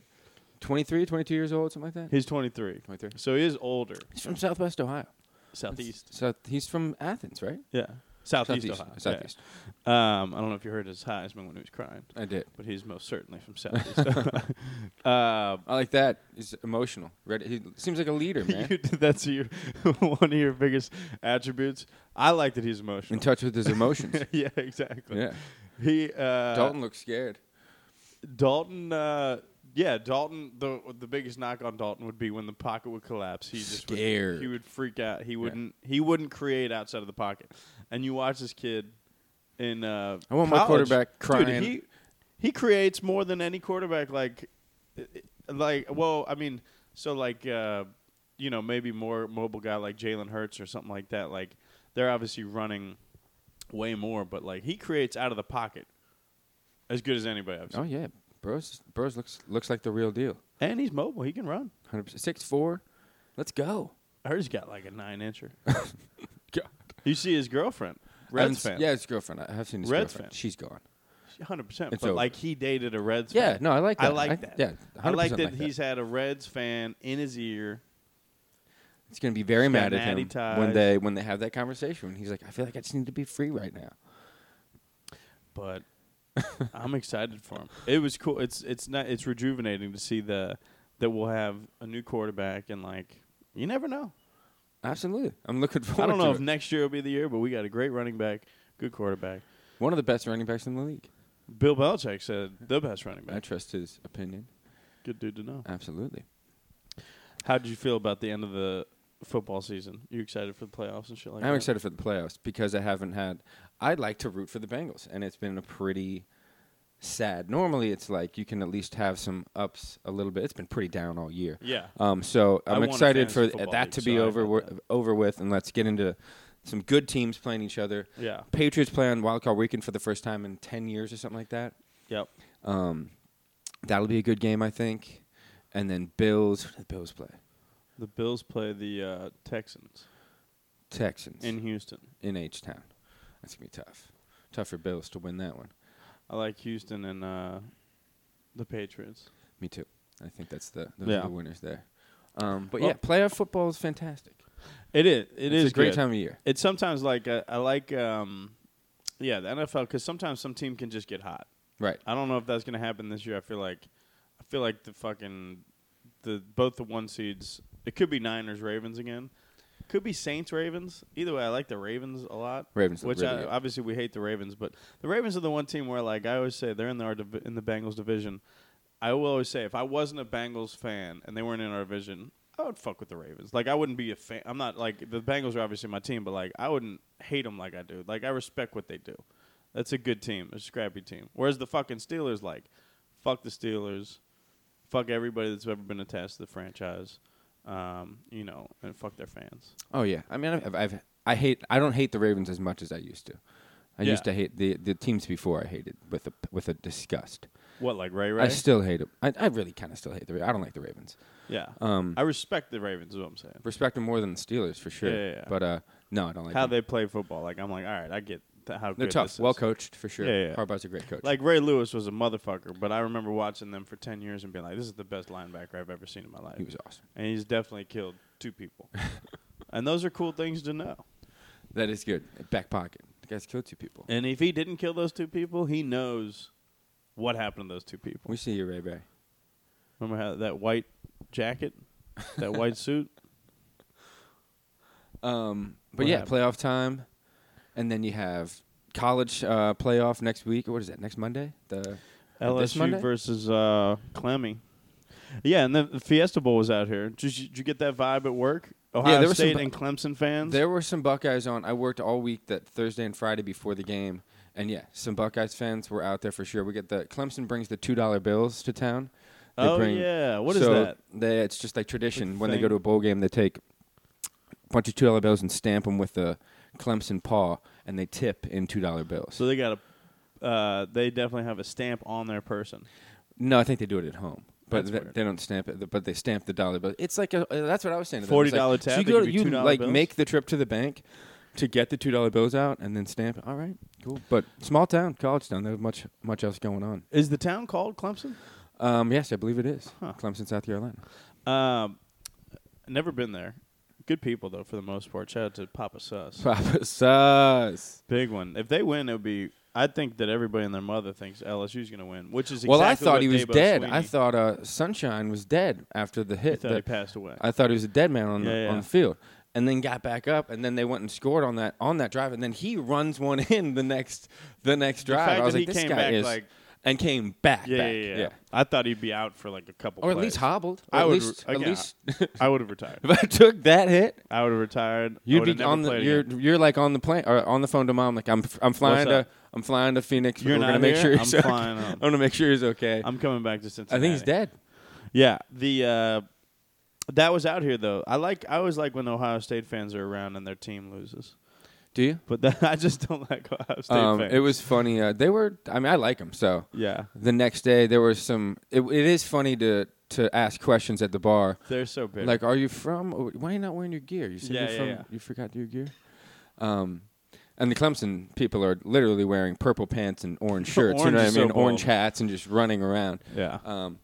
[SPEAKER 2] 23, 22 years old, something like that.
[SPEAKER 1] He's 23,
[SPEAKER 2] 23.
[SPEAKER 1] so he is older.
[SPEAKER 2] He's from Southwest Ohio.
[SPEAKER 1] Southeast,
[SPEAKER 2] So he's from Athens, right?
[SPEAKER 1] yeah, Southeast, Ohio. yeah.
[SPEAKER 2] Southeast.
[SPEAKER 1] Um, I don't know if you heard his Heisman when he was crying,
[SPEAKER 2] I did.
[SPEAKER 1] but he's most certainly from Southeast. uh,
[SPEAKER 2] I like that. He's emotional. Ready. He seems like a leader, man.
[SPEAKER 1] you, that's your one of your biggest attributes. I like that he's
[SPEAKER 2] In
[SPEAKER 1] emotional.
[SPEAKER 2] touch with his emotions.
[SPEAKER 1] yeah, exactly.
[SPEAKER 2] yeah.
[SPEAKER 1] He uh,
[SPEAKER 2] Dalton looks scared.
[SPEAKER 1] Dalton. Uh, yeah, Dalton. The the biggest knock on Dalton would be when the pocket would collapse. He just would-
[SPEAKER 2] Scared.
[SPEAKER 1] he would freak out. He wouldn't. He wouldn't create outside of the pocket. And you watch this kid in. Uh,
[SPEAKER 2] I want my
[SPEAKER 1] college.
[SPEAKER 2] quarterback crying.
[SPEAKER 1] Dude, he he creates more than any quarterback. Like, like well, I mean, so like, uh, you know, maybe more mobile guy like Jalen Hurts or something like that. Like, they're obviously running way more, but like he creates out of the pocket as good as anybody I've seen.
[SPEAKER 2] Oh yeah, Bros. Bros looks looks like the real deal.
[SPEAKER 1] And he's mobile. He can run.
[SPEAKER 2] 100%. Six four. Let's go.
[SPEAKER 1] Hers got like a nine incher.
[SPEAKER 2] God.
[SPEAKER 1] You see his girlfriend, Reds fan.
[SPEAKER 2] Yeah, his girlfriend. I have seen his
[SPEAKER 1] Reds
[SPEAKER 2] girlfriend.
[SPEAKER 1] fan.
[SPEAKER 2] She's gone.
[SPEAKER 1] hundred percent.
[SPEAKER 2] It's
[SPEAKER 1] But
[SPEAKER 2] over.
[SPEAKER 1] like he dated a Reds.
[SPEAKER 2] Yeah.
[SPEAKER 1] fan.
[SPEAKER 2] No, I like that.
[SPEAKER 1] I like that.
[SPEAKER 2] Yeah. 100%
[SPEAKER 1] I like that he's had a Reds fan in his ear.
[SPEAKER 2] It's gonna be very
[SPEAKER 1] got
[SPEAKER 2] mad at
[SPEAKER 1] natty
[SPEAKER 2] him when
[SPEAKER 1] ties.
[SPEAKER 2] they when they have that conversation. When he's like, I feel like I just need to be free right now.
[SPEAKER 1] but I'm excited for him. It was cool. It's it's not it's rejuvenating to see the that we'll have a new quarterback and like you never know.
[SPEAKER 2] Absolutely. I'm looking forward.
[SPEAKER 1] I don't
[SPEAKER 2] to
[SPEAKER 1] know if
[SPEAKER 2] it.
[SPEAKER 1] next year will be the year, but we got a great running back, good quarterback.
[SPEAKER 2] one of the best running backs in the league.
[SPEAKER 1] Bill Belichick said the best running
[SPEAKER 2] I
[SPEAKER 1] back.
[SPEAKER 2] trust his opinion.
[SPEAKER 1] Good dude to know.
[SPEAKER 2] Absolutely.
[SPEAKER 1] How did you feel about the end of the football season? You excited for the playoffs and shit like that?
[SPEAKER 2] I'm excited for the playoffs because I haven't had. I'd like to root for the Bengals, and it's been a pretty sad. Normally, it's like you can at least have some ups a little bit. It's been pretty down all year.
[SPEAKER 1] Yeah.
[SPEAKER 2] Um, so
[SPEAKER 1] I
[SPEAKER 2] I'm
[SPEAKER 1] want a
[SPEAKER 2] excited for
[SPEAKER 1] fantasy
[SPEAKER 2] th-
[SPEAKER 1] football
[SPEAKER 2] that
[SPEAKER 1] league,
[SPEAKER 2] to be
[SPEAKER 1] so I
[SPEAKER 2] over
[SPEAKER 1] want
[SPEAKER 2] wi- over with, and let's get into some good teams playing each other.
[SPEAKER 1] Yeah.
[SPEAKER 2] Patriots play on Wild Card Weekend for the first time in ten years or something like that.
[SPEAKER 1] Yep.
[SPEAKER 2] Um, that'll be a good game, I think. And then Bills, who do the Bills play
[SPEAKER 1] The Bills play the uh, Texans
[SPEAKER 2] Texans
[SPEAKER 1] in Houston.
[SPEAKER 2] in H Town. That's gonna be tough. Tough for Bills to win that one.
[SPEAKER 1] I like Houston and uh, the Patriots.
[SPEAKER 2] Me too. I think that's the those are
[SPEAKER 1] Yeah.
[SPEAKER 2] the winners there. Um, but
[SPEAKER 1] Well-
[SPEAKER 2] yeah, playoff football is fantastic.
[SPEAKER 1] It is.
[SPEAKER 2] it's a great time of year.
[SPEAKER 1] It's sometimes like uh, I like um, yeah, the NFL because sometimes some team can just get hot.
[SPEAKER 2] Right.
[SPEAKER 1] I don't know if that's going to happen this year. I feel like, I feel like the fucking, the both the one seeds. It could be Niners Ravens again. Could be Saints Ravens. Either way, I like the Ravens a lot.
[SPEAKER 2] Ravens look
[SPEAKER 1] which
[SPEAKER 2] really
[SPEAKER 1] I,
[SPEAKER 2] good.
[SPEAKER 1] obviously we hate the Ravens, but the Ravens are the one team where like I always say they're in the our div- in the Bengals division. I will always say if I wasn't a Bengals fan and they weren't in our division, I would fuck with the Ravens. Like I wouldn't be a fan. I'm not like the Bengals are obviously my team, but like I wouldn't hate them like I do. Like I respect what they do. That's a good team, a scrappy team. Whereas the fucking Steelers, like, fuck the Steelers, fuck everybody that's ever been attached to the franchise, um, you know, and fuck their fans.
[SPEAKER 2] Oh yeah. I mean, I've, I've I hate I don't hate the Ravens as much as I used to. I
[SPEAKER 1] Yeah.
[SPEAKER 2] used to hate the the teams before I hated with a with a disgust.
[SPEAKER 1] What, like Ray Ray?
[SPEAKER 2] I still hate them. I, I really kind of still hate the. Ra- I don't like the Ravens.
[SPEAKER 1] yeah,
[SPEAKER 2] Um,
[SPEAKER 1] I respect the Ravens. Is what I'm saying.
[SPEAKER 2] respect them more than the Steelers for sure.
[SPEAKER 1] Yeah, yeah, yeah.
[SPEAKER 2] But uh, no, I don't like
[SPEAKER 1] how
[SPEAKER 2] them.
[SPEAKER 1] they play football. Like I'm like, all right, I get th- how
[SPEAKER 2] They're
[SPEAKER 1] good this
[SPEAKER 2] tough,
[SPEAKER 1] is.
[SPEAKER 2] well coached for sure.
[SPEAKER 1] Yeah, yeah.
[SPEAKER 2] Harbaugh's a great coach.
[SPEAKER 1] Like Ray Lewis was a motherfucker, but I remember watching them for ten years and being like, this is the best linebacker I've ever seen in my life.
[SPEAKER 2] he was awesome.
[SPEAKER 1] and he's definitely killed two people, and those are cool things to know.
[SPEAKER 2] That is good. Back pocket. The guys killed two people.
[SPEAKER 1] And if he didn't kill those two people, he knows what happened to those two people.
[SPEAKER 2] We see you, Ray Ray.
[SPEAKER 1] Remember how that white jacket, that white suit?
[SPEAKER 2] Um, but
[SPEAKER 1] What
[SPEAKER 2] yeah,
[SPEAKER 1] happened?
[SPEAKER 2] playoff time, and then you have college uh, playoff next week. What is that? Next Monday. The This Monday?
[SPEAKER 1] LSU versus uh, Clemmy. Yeah, and then the Fiesta Bowl was out here. Did you, did you get that vibe at work? Ohio
[SPEAKER 2] there were some
[SPEAKER 1] State
[SPEAKER 2] bu-
[SPEAKER 1] and Clemson fans.
[SPEAKER 2] there were some Buckeyes on. I worked all week that Thursday and Friday before the game, and yeah, some Buckeyes fans were out there for sure. We get the Clemson brings the two dollar bills to town. They
[SPEAKER 1] oh
[SPEAKER 2] bring-
[SPEAKER 1] yeah, what is
[SPEAKER 2] so
[SPEAKER 1] that?
[SPEAKER 2] They, it's just like tradition.
[SPEAKER 1] Like
[SPEAKER 2] When they go
[SPEAKER 1] thing.
[SPEAKER 2] to a bowl game, they take a bunch of two dollar bills and stamp them with the Clemson paw, and they tip in two dollar bills.
[SPEAKER 1] So they got a, uh, they definitely have a stamp on their person.
[SPEAKER 2] no, I think they do it at home. But
[SPEAKER 1] That's
[SPEAKER 2] th-
[SPEAKER 1] weird.
[SPEAKER 2] they don't stamp it, but they stamp the dollar bill. It's like a, uh, that's what I was saying. to them.
[SPEAKER 1] $40
[SPEAKER 2] It's like,
[SPEAKER 1] tab,
[SPEAKER 2] So you
[SPEAKER 1] they
[SPEAKER 2] go
[SPEAKER 1] give
[SPEAKER 2] to
[SPEAKER 1] you
[SPEAKER 2] you
[SPEAKER 1] $2
[SPEAKER 2] like
[SPEAKER 1] bills?
[SPEAKER 2] make the trip to the bank to get the two dollar bills out and then stamp it. All right, cool. But small town, college town, there's much much else going on.
[SPEAKER 1] Is the town called Clemson?
[SPEAKER 2] Um, yes, I believe it is
[SPEAKER 1] Huh.
[SPEAKER 2] Clemson, South Carolina.
[SPEAKER 1] Um, never been there. Good people though, for the most part. Shout out to Papa Sus.
[SPEAKER 2] Papa sus.
[SPEAKER 1] Big one. If they win, it would be. I think that everybody and their mother thinks LSU's going to win, which is exactly
[SPEAKER 2] well, I thought
[SPEAKER 1] what
[SPEAKER 2] he was
[SPEAKER 1] Dabo
[SPEAKER 2] dead.
[SPEAKER 1] Sweeney-
[SPEAKER 2] I thought uh, Sunshine was dead after the
[SPEAKER 1] you
[SPEAKER 2] hit.
[SPEAKER 1] thought
[SPEAKER 2] that-
[SPEAKER 1] he passed away.
[SPEAKER 2] I thought he was a dead man on the
[SPEAKER 1] Yeah, yeah.
[SPEAKER 2] on the field, and then got back up, and then they went and scored on that on that drive, and then he runs one in the next the next
[SPEAKER 1] The
[SPEAKER 2] drive.
[SPEAKER 1] fact
[SPEAKER 2] I was
[SPEAKER 1] that
[SPEAKER 2] like,
[SPEAKER 1] he
[SPEAKER 2] this
[SPEAKER 1] came
[SPEAKER 2] guy
[SPEAKER 1] back,
[SPEAKER 2] is
[SPEAKER 1] like-
[SPEAKER 2] and came back,
[SPEAKER 1] yeah,
[SPEAKER 2] back,
[SPEAKER 1] yeah, yeah, I thought he'd be out for like a couple.
[SPEAKER 2] or at
[SPEAKER 1] plays.
[SPEAKER 2] least hobbled. Or
[SPEAKER 1] I
[SPEAKER 2] at
[SPEAKER 1] would-
[SPEAKER 2] least at
[SPEAKER 1] again,
[SPEAKER 2] least
[SPEAKER 1] I would have retired.
[SPEAKER 2] if I took that hit.
[SPEAKER 1] I would have retired. I
[SPEAKER 2] You'd
[SPEAKER 1] would've
[SPEAKER 2] be
[SPEAKER 1] never
[SPEAKER 2] on the
[SPEAKER 1] played
[SPEAKER 2] you're
[SPEAKER 1] again.
[SPEAKER 2] you're like on the plane or on the phone to mom like I'm I'm flying to
[SPEAKER 1] up?
[SPEAKER 2] I'm flying to Phoenix.
[SPEAKER 1] You're
[SPEAKER 2] We're gonna
[SPEAKER 1] not
[SPEAKER 2] make
[SPEAKER 1] here?
[SPEAKER 2] sure
[SPEAKER 1] I'm
[SPEAKER 2] he's okay.
[SPEAKER 1] flying home.
[SPEAKER 2] I'm gonna make sure he's okay.
[SPEAKER 1] I'm coming back to Cincinnati.
[SPEAKER 2] I think he's dead.
[SPEAKER 1] Yeah, the uh, that was out here though. I like. I always like when Ohio State fans are around and their team loses.
[SPEAKER 2] Do you?
[SPEAKER 1] But that, I just don't like Ohio State
[SPEAKER 2] Um,
[SPEAKER 1] fans.
[SPEAKER 2] it was funny. Uh, they were. I mean, I like them so.
[SPEAKER 1] yeah,
[SPEAKER 2] the next day there was some it, it is funny to to ask questions at the bar
[SPEAKER 1] they're so big.
[SPEAKER 2] like are you from or why are you not wearing your gear you said
[SPEAKER 1] Yeah,
[SPEAKER 2] you're
[SPEAKER 1] yeah,
[SPEAKER 2] from
[SPEAKER 1] yeah.
[SPEAKER 2] you forgot your gear um and the Clemson people are literally wearing purple pants and orange shirts you
[SPEAKER 1] Orange
[SPEAKER 2] know what I
[SPEAKER 1] is so
[SPEAKER 2] mean orange
[SPEAKER 1] bold.
[SPEAKER 2] hats and just running around
[SPEAKER 1] yeah.
[SPEAKER 2] um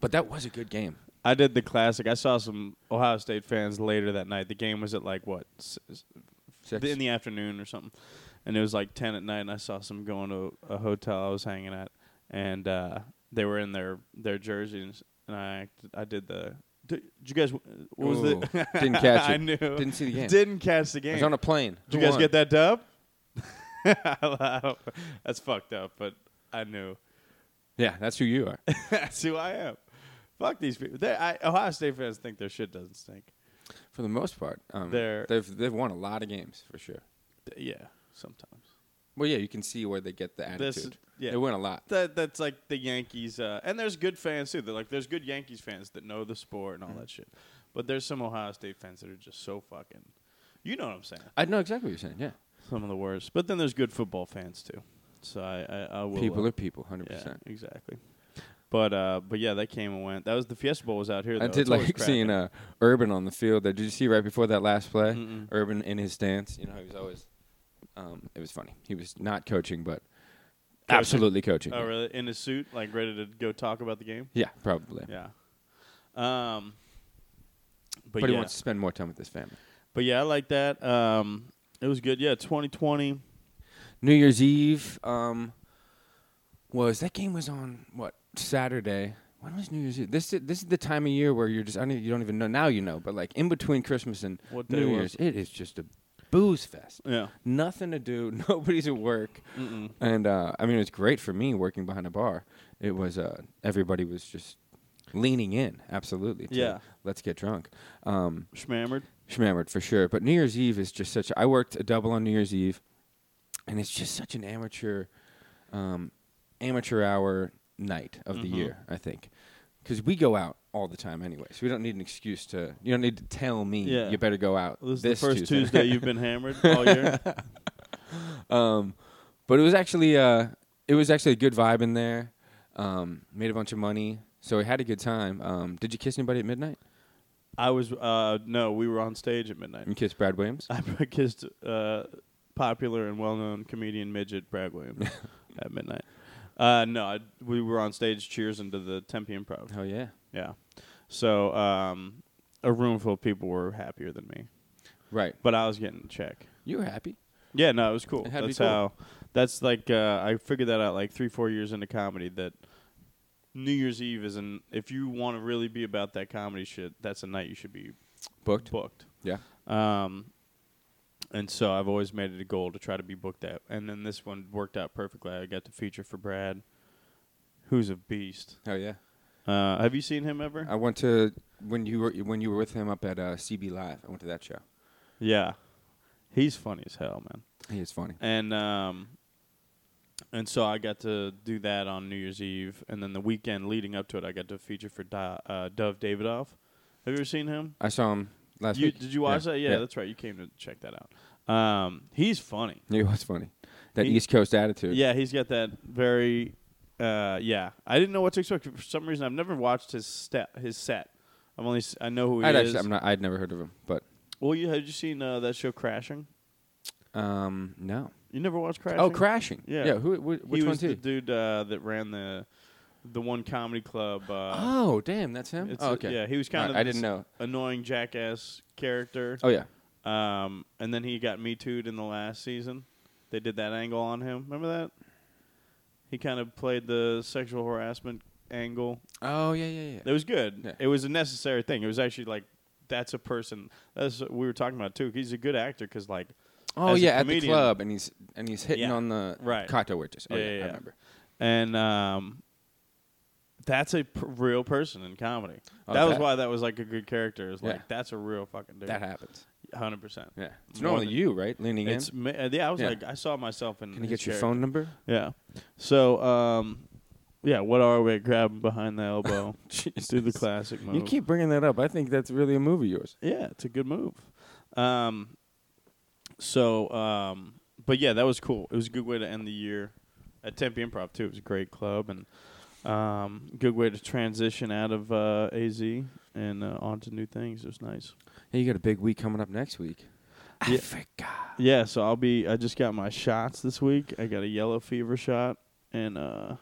[SPEAKER 2] but that was a good game
[SPEAKER 1] I did the classic. I saw some Ohio State fans later that night. The game was at like what s- s-
[SPEAKER 2] Six.
[SPEAKER 1] in the afternoon or something, and it was like ten at night. And I saw some going to a hotel I was hanging at, and uh, they were in their their jerseys, and I act- I did the. Did, did you guys? What was
[SPEAKER 2] Ooh,
[SPEAKER 1] the?
[SPEAKER 2] didn't catch it
[SPEAKER 1] I knew.
[SPEAKER 2] didn't see the game
[SPEAKER 1] Didn't catch the
[SPEAKER 2] I
[SPEAKER 1] game.
[SPEAKER 2] was on a plane
[SPEAKER 1] Did
[SPEAKER 2] Who
[SPEAKER 1] you guys
[SPEAKER 2] won?
[SPEAKER 1] get that dub? I don't- That's fucked up, but I knew.
[SPEAKER 2] yeah that's who you are
[SPEAKER 1] That's who I am. Fuck these people. They- I, Ohio State fans think their shit doesn't stink.
[SPEAKER 2] for the most part um,
[SPEAKER 1] They're-
[SPEAKER 2] they've they've won a lot of games for sure
[SPEAKER 1] Th- Yeah, sometimes.
[SPEAKER 2] well yeah you can see where they get the attitude
[SPEAKER 1] This- yeah.
[SPEAKER 2] they win a lot
[SPEAKER 1] That that's like the Yankees, uh, and there's good fans too. They're like there's good Yankees fans that know the sport and all
[SPEAKER 2] Mm-hmm.
[SPEAKER 1] that shit. But there's some Ohio State fans that are just so fucking. You know what I'm saying?
[SPEAKER 2] I know exactly what you're saying yeah
[SPEAKER 1] Some of the worst. But then there's good football fans too. So I I, I will.
[SPEAKER 2] people
[SPEAKER 1] uh,
[SPEAKER 2] are people, hundred
[SPEAKER 1] yeah,
[SPEAKER 2] percent.
[SPEAKER 1] exactly. But uh, but yeah, that came and went. That was the Fiesta Bowl was out here. Though.
[SPEAKER 2] I did
[SPEAKER 1] It's always
[SPEAKER 2] like seeing
[SPEAKER 1] cracking.
[SPEAKER 2] uh, Urban on the field. There. Did you see right before that last play?
[SPEAKER 1] Mm-mm.
[SPEAKER 2] Urban in his stance. You know, he was always. Um, it was funny. He was not coaching, but
[SPEAKER 1] Coaching.
[SPEAKER 2] absolutely coaching.
[SPEAKER 1] Oh
[SPEAKER 2] yeah.
[SPEAKER 1] really? In his suit, like ready to go talk about the game.
[SPEAKER 2] Yeah, probably.
[SPEAKER 1] Yeah. Um. But,
[SPEAKER 2] But,
[SPEAKER 1] yeah.
[SPEAKER 2] he wants to spend more time with his family.
[SPEAKER 1] But yeah, I like that. Um, it was good. Yeah, 2020.
[SPEAKER 2] New Year's Eve um, was that game was on what Saturday? When was New Year's Eve? This i- this is the time of year where you're just I don't, e, you don't even know now you know, but like in between Christmas and
[SPEAKER 1] What day
[SPEAKER 2] New
[SPEAKER 1] was
[SPEAKER 2] Year's, it is just a booze fest.
[SPEAKER 1] Yeah.
[SPEAKER 2] Nothing to do. Nobody's at work.
[SPEAKER 1] Mm-mm.
[SPEAKER 2] And uh, I mean, it was great for me working behind a bar. It was uh, everybody was just leaning in, absolutely. to
[SPEAKER 1] Yeah.
[SPEAKER 2] let's get drunk. Um,
[SPEAKER 1] Schmammered.
[SPEAKER 2] Schmammered for sure. But New Year's Eve is just such. I worked a double on New Year's Eve, and it's just such an amateur, um, amateur hour night of the
[SPEAKER 1] Mhm.
[SPEAKER 2] year. I think because we go out all the time anyway, so we don't need an excuse to. You don't need to tell me
[SPEAKER 1] Yeah.
[SPEAKER 2] you better go out.
[SPEAKER 1] This is
[SPEAKER 2] this
[SPEAKER 1] the first Tuesday.
[SPEAKER 2] Tuesday
[SPEAKER 1] you've been hammered all year.
[SPEAKER 2] um, but it was actually uh, it was actually a good vibe in there. Um, made a bunch of money, so we had a good time. Um, did you kiss anybody at midnight?
[SPEAKER 1] I was uh, no, we were on stage at midnight.
[SPEAKER 2] You kissed Brad Williams.
[SPEAKER 1] I kissed uh, popular and well-known comedian midget Brad Williams at midnight. Uh, no, I, we were on stage cheersing to the Tempe Improv.
[SPEAKER 2] Oh yeah,
[SPEAKER 1] Yeah, so um, a room full of people were happier than me,
[SPEAKER 2] right.
[SPEAKER 1] but I was getting a check.
[SPEAKER 2] You were happy.
[SPEAKER 1] Yeah, no, it was cool.
[SPEAKER 2] It had to be
[SPEAKER 1] that's
[SPEAKER 2] cool.
[SPEAKER 1] how. That's like uh, I figured that out like three, four years into comedy that New Year's Eve is an if you want to really be about that comedy shit, that's a night you should be
[SPEAKER 2] Booked.
[SPEAKER 1] booked.
[SPEAKER 2] Yeah.
[SPEAKER 1] Um, and so I've always made it a goal to try to be booked out, and then this one worked out perfectly. I got to feature for Brad, who's a beast.
[SPEAKER 2] Oh yeah.
[SPEAKER 1] Uh, have you seen him ever?
[SPEAKER 2] I went to when you were when you were with him up at uh, CB Live. I went to that show.
[SPEAKER 1] yeah, he's funny as hell, man.
[SPEAKER 2] He is funny.
[SPEAKER 1] and um and so I got to do that on New Year's Eve, and then the weekend leading up to it, I got to feature for Di- uh, Dove Davidoff. Have you ever seen him?
[SPEAKER 2] I saw him last
[SPEAKER 1] You,
[SPEAKER 2] week.
[SPEAKER 1] did you watch that? Yeah, that's right. You came to check that out. Um, he's funny.
[SPEAKER 2] he was funny. That
[SPEAKER 1] He-
[SPEAKER 2] East Coast attitude.
[SPEAKER 1] Yeah, he's got that very. Uh, yeah, I didn't know what to expect. For some reason, I've never watched his step, his set. I've only s- I know who he
[SPEAKER 2] I'd
[SPEAKER 1] is.
[SPEAKER 2] actually, I'm not. I'd never heard of him, but
[SPEAKER 1] well, you had you seen uh, that show Crashing?
[SPEAKER 2] um, no.
[SPEAKER 1] You never watched Crashing?
[SPEAKER 2] Oh, crashing.
[SPEAKER 1] Yeah.
[SPEAKER 2] Yeah. Who? Wh-
[SPEAKER 1] He
[SPEAKER 2] which one
[SPEAKER 1] was
[SPEAKER 2] too?
[SPEAKER 1] the dude uh, that ran the the one comedy club. Uh,
[SPEAKER 2] oh, damn. That's him.
[SPEAKER 1] It's
[SPEAKER 2] Oh,
[SPEAKER 1] a-
[SPEAKER 2] okay.
[SPEAKER 1] yeah, he was
[SPEAKER 2] All
[SPEAKER 1] kind
[SPEAKER 2] right,
[SPEAKER 1] of
[SPEAKER 2] I
[SPEAKER 1] this
[SPEAKER 2] didn't know.
[SPEAKER 1] annoying jackass character.
[SPEAKER 2] Oh yeah.
[SPEAKER 1] Um, and then he got me too'd in the last season. They did that angle on him. Remember that? He kind of played the sexual harassment angle.
[SPEAKER 2] Oh yeah yeah
[SPEAKER 1] It was good.
[SPEAKER 2] Yeah.
[SPEAKER 1] It was a necessary thing. It was actually like that's a person. That's what we were talking about too. He's a good actor because like
[SPEAKER 2] Oh
[SPEAKER 1] as a
[SPEAKER 2] yeah, at the
[SPEAKER 1] comedian-
[SPEAKER 2] club, and he's and he's hitting
[SPEAKER 1] Yeah.
[SPEAKER 2] on the
[SPEAKER 1] Right.
[SPEAKER 2] cocktail waitress. Oh
[SPEAKER 1] Yeah,
[SPEAKER 2] yeah,
[SPEAKER 1] yeah, yeah.
[SPEAKER 2] I remember.
[SPEAKER 1] and um, that's a p- real person in comedy.
[SPEAKER 2] Oh,
[SPEAKER 1] that was
[SPEAKER 2] that-
[SPEAKER 1] why that was like a good character. Is like
[SPEAKER 2] Yeah.
[SPEAKER 1] that's a real fucking dude.
[SPEAKER 2] That happens.
[SPEAKER 1] Hundred percent.
[SPEAKER 2] Yeah. It's
[SPEAKER 1] More
[SPEAKER 2] normally
[SPEAKER 1] than-
[SPEAKER 2] you, right? Leaning in.
[SPEAKER 1] It's ma- uh, yeah. I was
[SPEAKER 2] Yeah.
[SPEAKER 1] like, I saw myself in.
[SPEAKER 2] Can I
[SPEAKER 1] his
[SPEAKER 2] get your
[SPEAKER 1] chair.
[SPEAKER 2] phone number?
[SPEAKER 1] Yeah. So, um, yeah. What are we grabbing behind the elbow? Do the classic move.
[SPEAKER 2] You keep bringing that up. I think that's really a move of yours.
[SPEAKER 1] yeah, it's a good move. Um, so, um, but yeah, that was cool. It was a good way to end the year at Tempe Improv too. It was a great club and um, good way to transition out of uh, AZ and uh, onto new things. It was nice.
[SPEAKER 2] Hey, you got a big week coming up next week.
[SPEAKER 1] Yeah.
[SPEAKER 2] Africa.
[SPEAKER 1] Yeah, so I'll be. I just got my shots this week. I got a yellow fever shot and uh,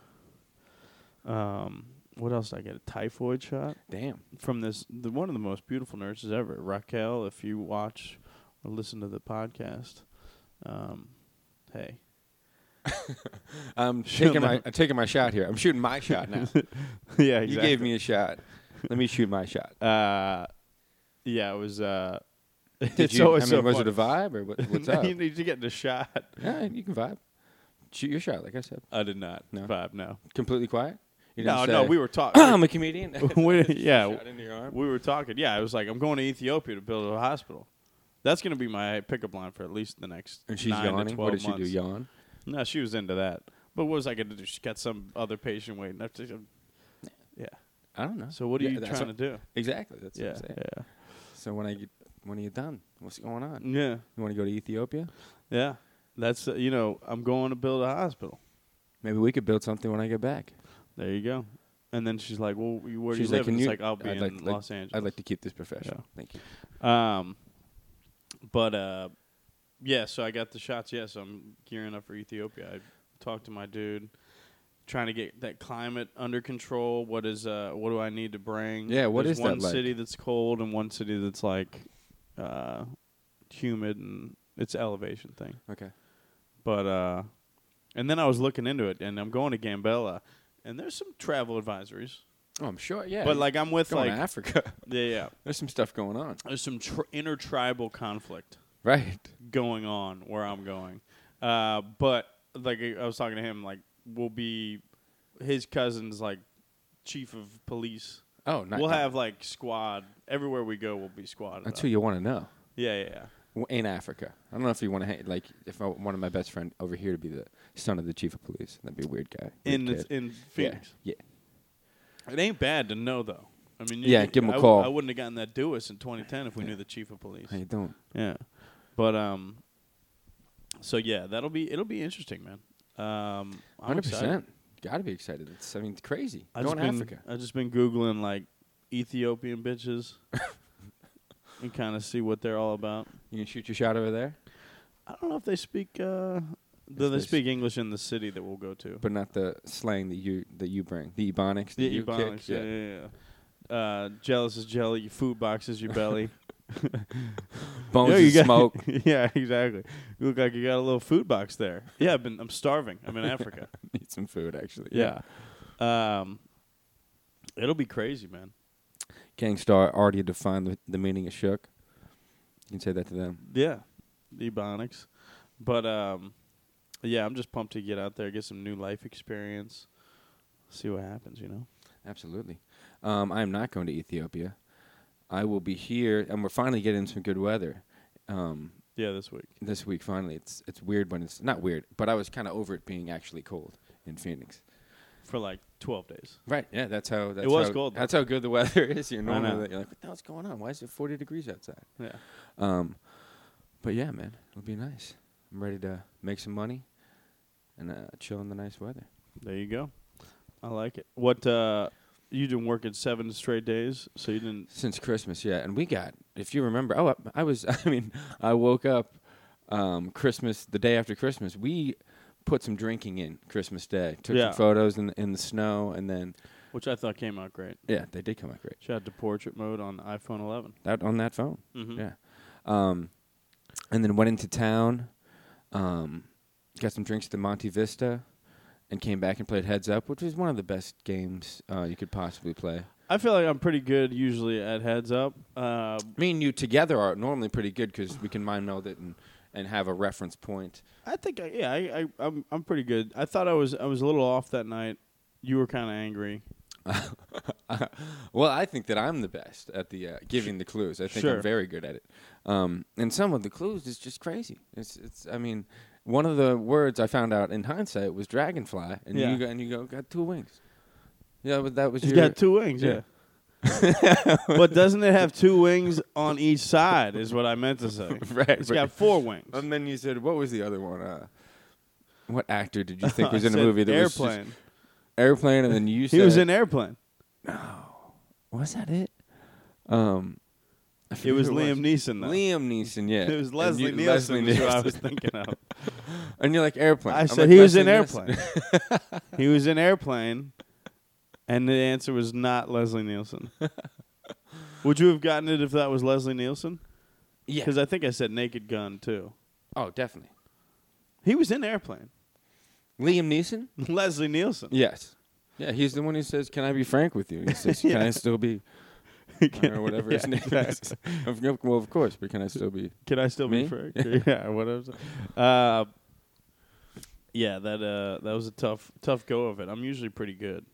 [SPEAKER 1] um, what else? did I get a typhoid shot
[SPEAKER 2] Damn.
[SPEAKER 1] from this the, one of the most beautiful nurses ever, Raquel. If you watch or listen to the podcast, um, hey,
[SPEAKER 2] I'm
[SPEAKER 1] She'll
[SPEAKER 2] taking my
[SPEAKER 1] never-
[SPEAKER 2] I'm taking my shot here. I'm shooting my shot now.
[SPEAKER 1] yeah,
[SPEAKER 2] You gave me a shot. Let me shoot my shot.
[SPEAKER 1] Uh, yeah, it was. Uh,
[SPEAKER 2] Did
[SPEAKER 1] it's
[SPEAKER 2] you,
[SPEAKER 1] always
[SPEAKER 2] I mean,
[SPEAKER 1] so
[SPEAKER 2] was
[SPEAKER 1] fun.
[SPEAKER 2] it a vibe or what, what's
[SPEAKER 1] No,
[SPEAKER 2] up?
[SPEAKER 1] you need to get the shot.
[SPEAKER 2] Yeah, you can vibe. Shoot your shot, like I said.
[SPEAKER 1] I did not
[SPEAKER 2] No.
[SPEAKER 1] vibe. No,
[SPEAKER 2] Completely quiet. You didn't
[SPEAKER 1] no,
[SPEAKER 2] say,
[SPEAKER 1] no. We were talking.
[SPEAKER 2] I'm a comedian.
[SPEAKER 1] We- yeah.
[SPEAKER 2] Shot into your arm.
[SPEAKER 1] we were talking. Yeah, I was like, I'm going to Ethiopia to build a hospital. That's going to be my pickup line for at least the next
[SPEAKER 2] And she's
[SPEAKER 1] nine to
[SPEAKER 2] yawning.
[SPEAKER 1] twelve
[SPEAKER 2] What did she do?
[SPEAKER 1] months.
[SPEAKER 2] Yawn.
[SPEAKER 1] No, she was into that. But what was I going to do? She got some other patient waiting. That's just- Yeah.
[SPEAKER 2] I don't know.
[SPEAKER 1] So what are
[SPEAKER 2] Yeah,
[SPEAKER 1] you
[SPEAKER 2] that's
[SPEAKER 1] trying
[SPEAKER 2] what-
[SPEAKER 1] to do?
[SPEAKER 2] Exactly. That's
[SPEAKER 1] Yeah,
[SPEAKER 2] what I'm saying.
[SPEAKER 1] yeah,
[SPEAKER 2] So when I get, when are you done? What's going on?
[SPEAKER 1] yeah,
[SPEAKER 2] You want to go to Ethiopia?
[SPEAKER 1] yeah. That's uh, you know, I'm going to build a hospital.
[SPEAKER 2] Maybe we could build something when I get back.
[SPEAKER 1] There you go. And then she's like, "Well, you- where do you
[SPEAKER 2] She's like,
[SPEAKER 1] live?"
[SPEAKER 2] "Can
[SPEAKER 1] And it's
[SPEAKER 2] you-
[SPEAKER 1] like, "I'll be
[SPEAKER 2] I'd
[SPEAKER 1] in
[SPEAKER 2] like- like-
[SPEAKER 1] Los Angeles."
[SPEAKER 2] I'd like to keep this professional.
[SPEAKER 1] Yeah.
[SPEAKER 2] Thank you.
[SPEAKER 1] Um, but uh, yeah, so I got the shots. Yeah, so I'm gearing up for Ethiopia. I talked to my dude, trying to get that climate under control. What is uh, what do I need to bring?
[SPEAKER 2] Yeah, what
[SPEAKER 1] There's
[SPEAKER 2] is that
[SPEAKER 1] one
[SPEAKER 2] like?
[SPEAKER 1] city that's cold and one city that's like uh, humid and it's an elevation thing.
[SPEAKER 2] Okay.
[SPEAKER 1] But uh, and then I was looking into it, and I'm going to Gambella, and there's some travel advisories.
[SPEAKER 2] Oh, I'm sure. Yeah.
[SPEAKER 1] but like I'm with
[SPEAKER 2] going
[SPEAKER 1] like
[SPEAKER 2] to Africa,
[SPEAKER 1] yeah, yeah.
[SPEAKER 2] there's some stuff going on.
[SPEAKER 1] There's some tr- intertribal conflict
[SPEAKER 2] Right.
[SPEAKER 1] going on where I'm going. Uh, but like I I was talking to him, like we'll be his cousin's like chief of police.
[SPEAKER 2] Oh, nice.
[SPEAKER 1] we'll have like squad everywhere we go. We'll be squad.
[SPEAKER 2] That's who you want to know
[SPEAKER 1] Yeah, yeah, yeah.
[SPEAKER 2] W- in Africa. I don't know if you want to like if I wanted my best friend over here to be the son of the chief of police. That'd be a weird guy. weird
[SPEAKER 1] In
[SPEAKER 2] kid.
[SPEAKER 1] in Phoenix,
[SPEAKER 2] Yeah.
[SPEAKER 1] it ain't bad to know though. I mean,
[SPEAKER 2] Yeah,
[SPEAKER 1] could-
[SPEAKER 2] give 'em a
[SPEAKER 1] I w-
[SPEAKER 2] call.
[SPEAKER 1] I wouldn't have gotten that Dewis in 2010 if we knew the chief of police.
[SPEAKER 2] yeah. How you doing?
[SPEAKER 1] Yeah, but um, so yeah, that'll be it'll be interesting, man. Um, I'm
[SPEAKER 2] Hundred
[SPEAKER 1] excited.
[SPEAKER 2] percent. Got to be excited. It's, I mean, it's crazy.
[SPEAKER 1] I
[SPEAKER 2] going
[SPEAKER 1] just
[SPEAKER 2] to
[SPEAKER 1] been,
[SPEAKER 2] Africa.
[SPEAKER 1] I just been googling like Ethiopian bitches and kind of see what they're all about.
[SPEAKER 2] You can shoot your shot over there,
[SPEAKER 1] I don't know if they speak. Uh, do
[SPEAKER 2] they
[SPEAKER 1] they speak English in the city that we'll go to?
[SPEAKER 2] but not the slang that you that you bring. The ebonics. that you
[SPEAKER 1] Ebonics,
[SPEAKER 2] Kick.
[SPEAKER 1] yeah, yeah, yeah. Uh, jealous is jelly. Your food box is your belly.
[SPEAKER 2] Bones
[SPEAKER 1] Yeah,
[SPEAKER 2] and
[SPEAKER 1] you got-
[SPEAKER 2] smoke.
[SPEAKER 1] yeah, exactly. You look like you got a little food box there. Yeah, I've been. I'm starving. I'm in Africa.
[SPEAKER 2] Need some food, actually.
[SPEAKER 1] yeah. Um, it'll be crazy, man.
[SPEAKER 2] Gangstar already defined the, the meaning of shook. You can say that to them.
[SPEAKER 1] Yeah, the Ebonics. But um, yeah, I'm just pumped to get out there, get some new life experience, see what happens. You know.
[SPEAKER 2] Absolutely. Um, I am not going to Ethiopia. I will be here, and we're finally getting some good weather um,
[SPEAKER 1] Yeah, this week.
[SPEAKER 2] this week. Finally, it's it's weird when it's not weird, but I was kind of over it being actually cold in Phoenix.
[SPEAKER 1] For like 12 days.
[SPEAKER 2] Right. Yeah. That's how. That's
[SPEAKER 1] was
[SPEAKER 2] how,
[SPEAKER 1] cold, though.
[SPEAKER 2] That's how good the weather is. You're
[SPEAKER 1] I know.
[SPEAKER 2] normally you're like, what the hell's going on? Why is it 40 degrees outside?
[SPEAKER 1] Yeah.
[SPEAKER 2] Um, but yeah, man, it'll be nice. I'm ready to make some money and uh, chill in the nice weather.
[SPEAKER 1] There you go. I like it. What uh you didn't work at seven straight days, so you didn't
[SPEAKER 2] Since Christmas, yeah, and we got. If you remember, oh, I, I was. I mean, I woke up um, Christmas the day after Christmas. We put some drinking in Christmas Day. Took
[SPEAKER 1] Yeah.
[SPEAKER 2] some photos in the, in the snow, and then
[SPEAKER 1] which I thought came out great.
[SPEAKER 2] yeah, they did come out great.
[SPEAKER 1] Shout out to portrait mode on iPhone 11.
[SPEAKER 2] That on that phone.
[SPEAKER 1] Mm-hmm.
[SPEAKER 2] Yeah. Um, and then went into town, um, got some drinks at the Monte Vista, and came back and played Heads Up, which was one of the best games uh, you could possibly play.
[SPEAKER 1] I feel like I'm pretty good usually at heads up. Uh,
[SPEAKER 2] Me and you together are normally pretty good because we can mind meld it and, and have a reference point.
[SPEAKER 1] I think I, yeah, I, I I'm I'm pretty good. I thought I was I was a little off that night. You were kind of angry.
[SPEAKER 2] well, I think that I'm the best at the uh, giving the clues. I think
[SPEAKER 1] Sure.
[SPEAKER 2] I'm very good at it. Um, and some of the clues is just crazy. It's, it's. I mean, one of the words I found out in hindsight was dragonfly, and
[SPEAKER 1] Yeah.
[SPEAKER 2] you go, and you go got two wings. Yeah, but that was
[SPEAKER 1] It's
[SPEAKER 2] your.
[SPEAKER 1] got two wings, yeah.
[SPEAKER 2] yeah.
[SPEAKER 1] but doesn't it have two wings on each side? Is what I meant to say.
[SPEAKER 2] Right,
[SPEAKER 1] It's
[SPEAKER 2] but-
[SPEAKER 1] got four wings.
[SPEAKER 2] And then you said, what was the other one? Uh, what actor did you think was
[SPEAKER 1] I
[SPEAKER 2] in a
[SPEAKER 1] said
[SPEAKER 2] movie that was just-
[SPEAKER 1] airplane.
[SPEAKER 2] airplane? And then you
[SPEAKER 1] he
[SPEAKER 2] said
[SPEAKER 1] was in airplane.
[SPEAKER 2] Was that it? Um, I
[SPEAKER 1] It
[SPEAKER 2] forget
[SPEAKER 1] was
[SPEAKER 2] who
[SPEAKER 1] Liam Neeson though.
[SPEAKER 2] Liam Neeson, yeah.
[SPEAKER 1] It was
[SPEAKER 2] And
[SPEAKER 1] Leslie
[SPEAKER 2] you-
[SPEAKER 1] Nielsen.
[SPEAKER 2] Leslie
[SPEAKER 1] is who I
[SPEAKER 2] Nielsen.
[SPEAKER 1] was thinking of.
[SPEAKER 2] And you're like airplane.
[SPEAKER 1] I
[SPEAKER 2] I'm
[SPEAKER 1] said
[SPEAKER 2] like,
[SPEAKER 1] he was in
[SPEAKER 2] Leslie Nielsen.
[SPEAKER 1] airplane. he was in airplane, and the answer was not Leslie Nielsen. Would you have gotten it if that was Leslie Nielsen?
[SPEAKER 2] Yeah.
[SPEAKER 1] Because I think I said Naked Gun too.
[SPEAKER 2] Oh, definitely.
[SPEAKER 1] He was in airplane.
[SPEAKER 2] Liam Neeson?
[SPEAKER 1] Leslie Nielsen.
[SPEAKER 2] Yes. Yeah, he's the one who says, "Can I be frank with you?" He says,
[SPEAKER 1] Yeah.
[SPEAKER 2] "Can I still be?" or whatever his
[SPEAKER 1] Yeah,
[SPEAKER 2] name is. Of course- well, of course, but can I still be?
[SPEAKER 1] Can I still be
[SPEAKER 2] Me?
[SPEAKER 1] Frank? yeah, whatever. Uh, yeah, that uh, that was a tough tough go of it. I'm usually pretty good.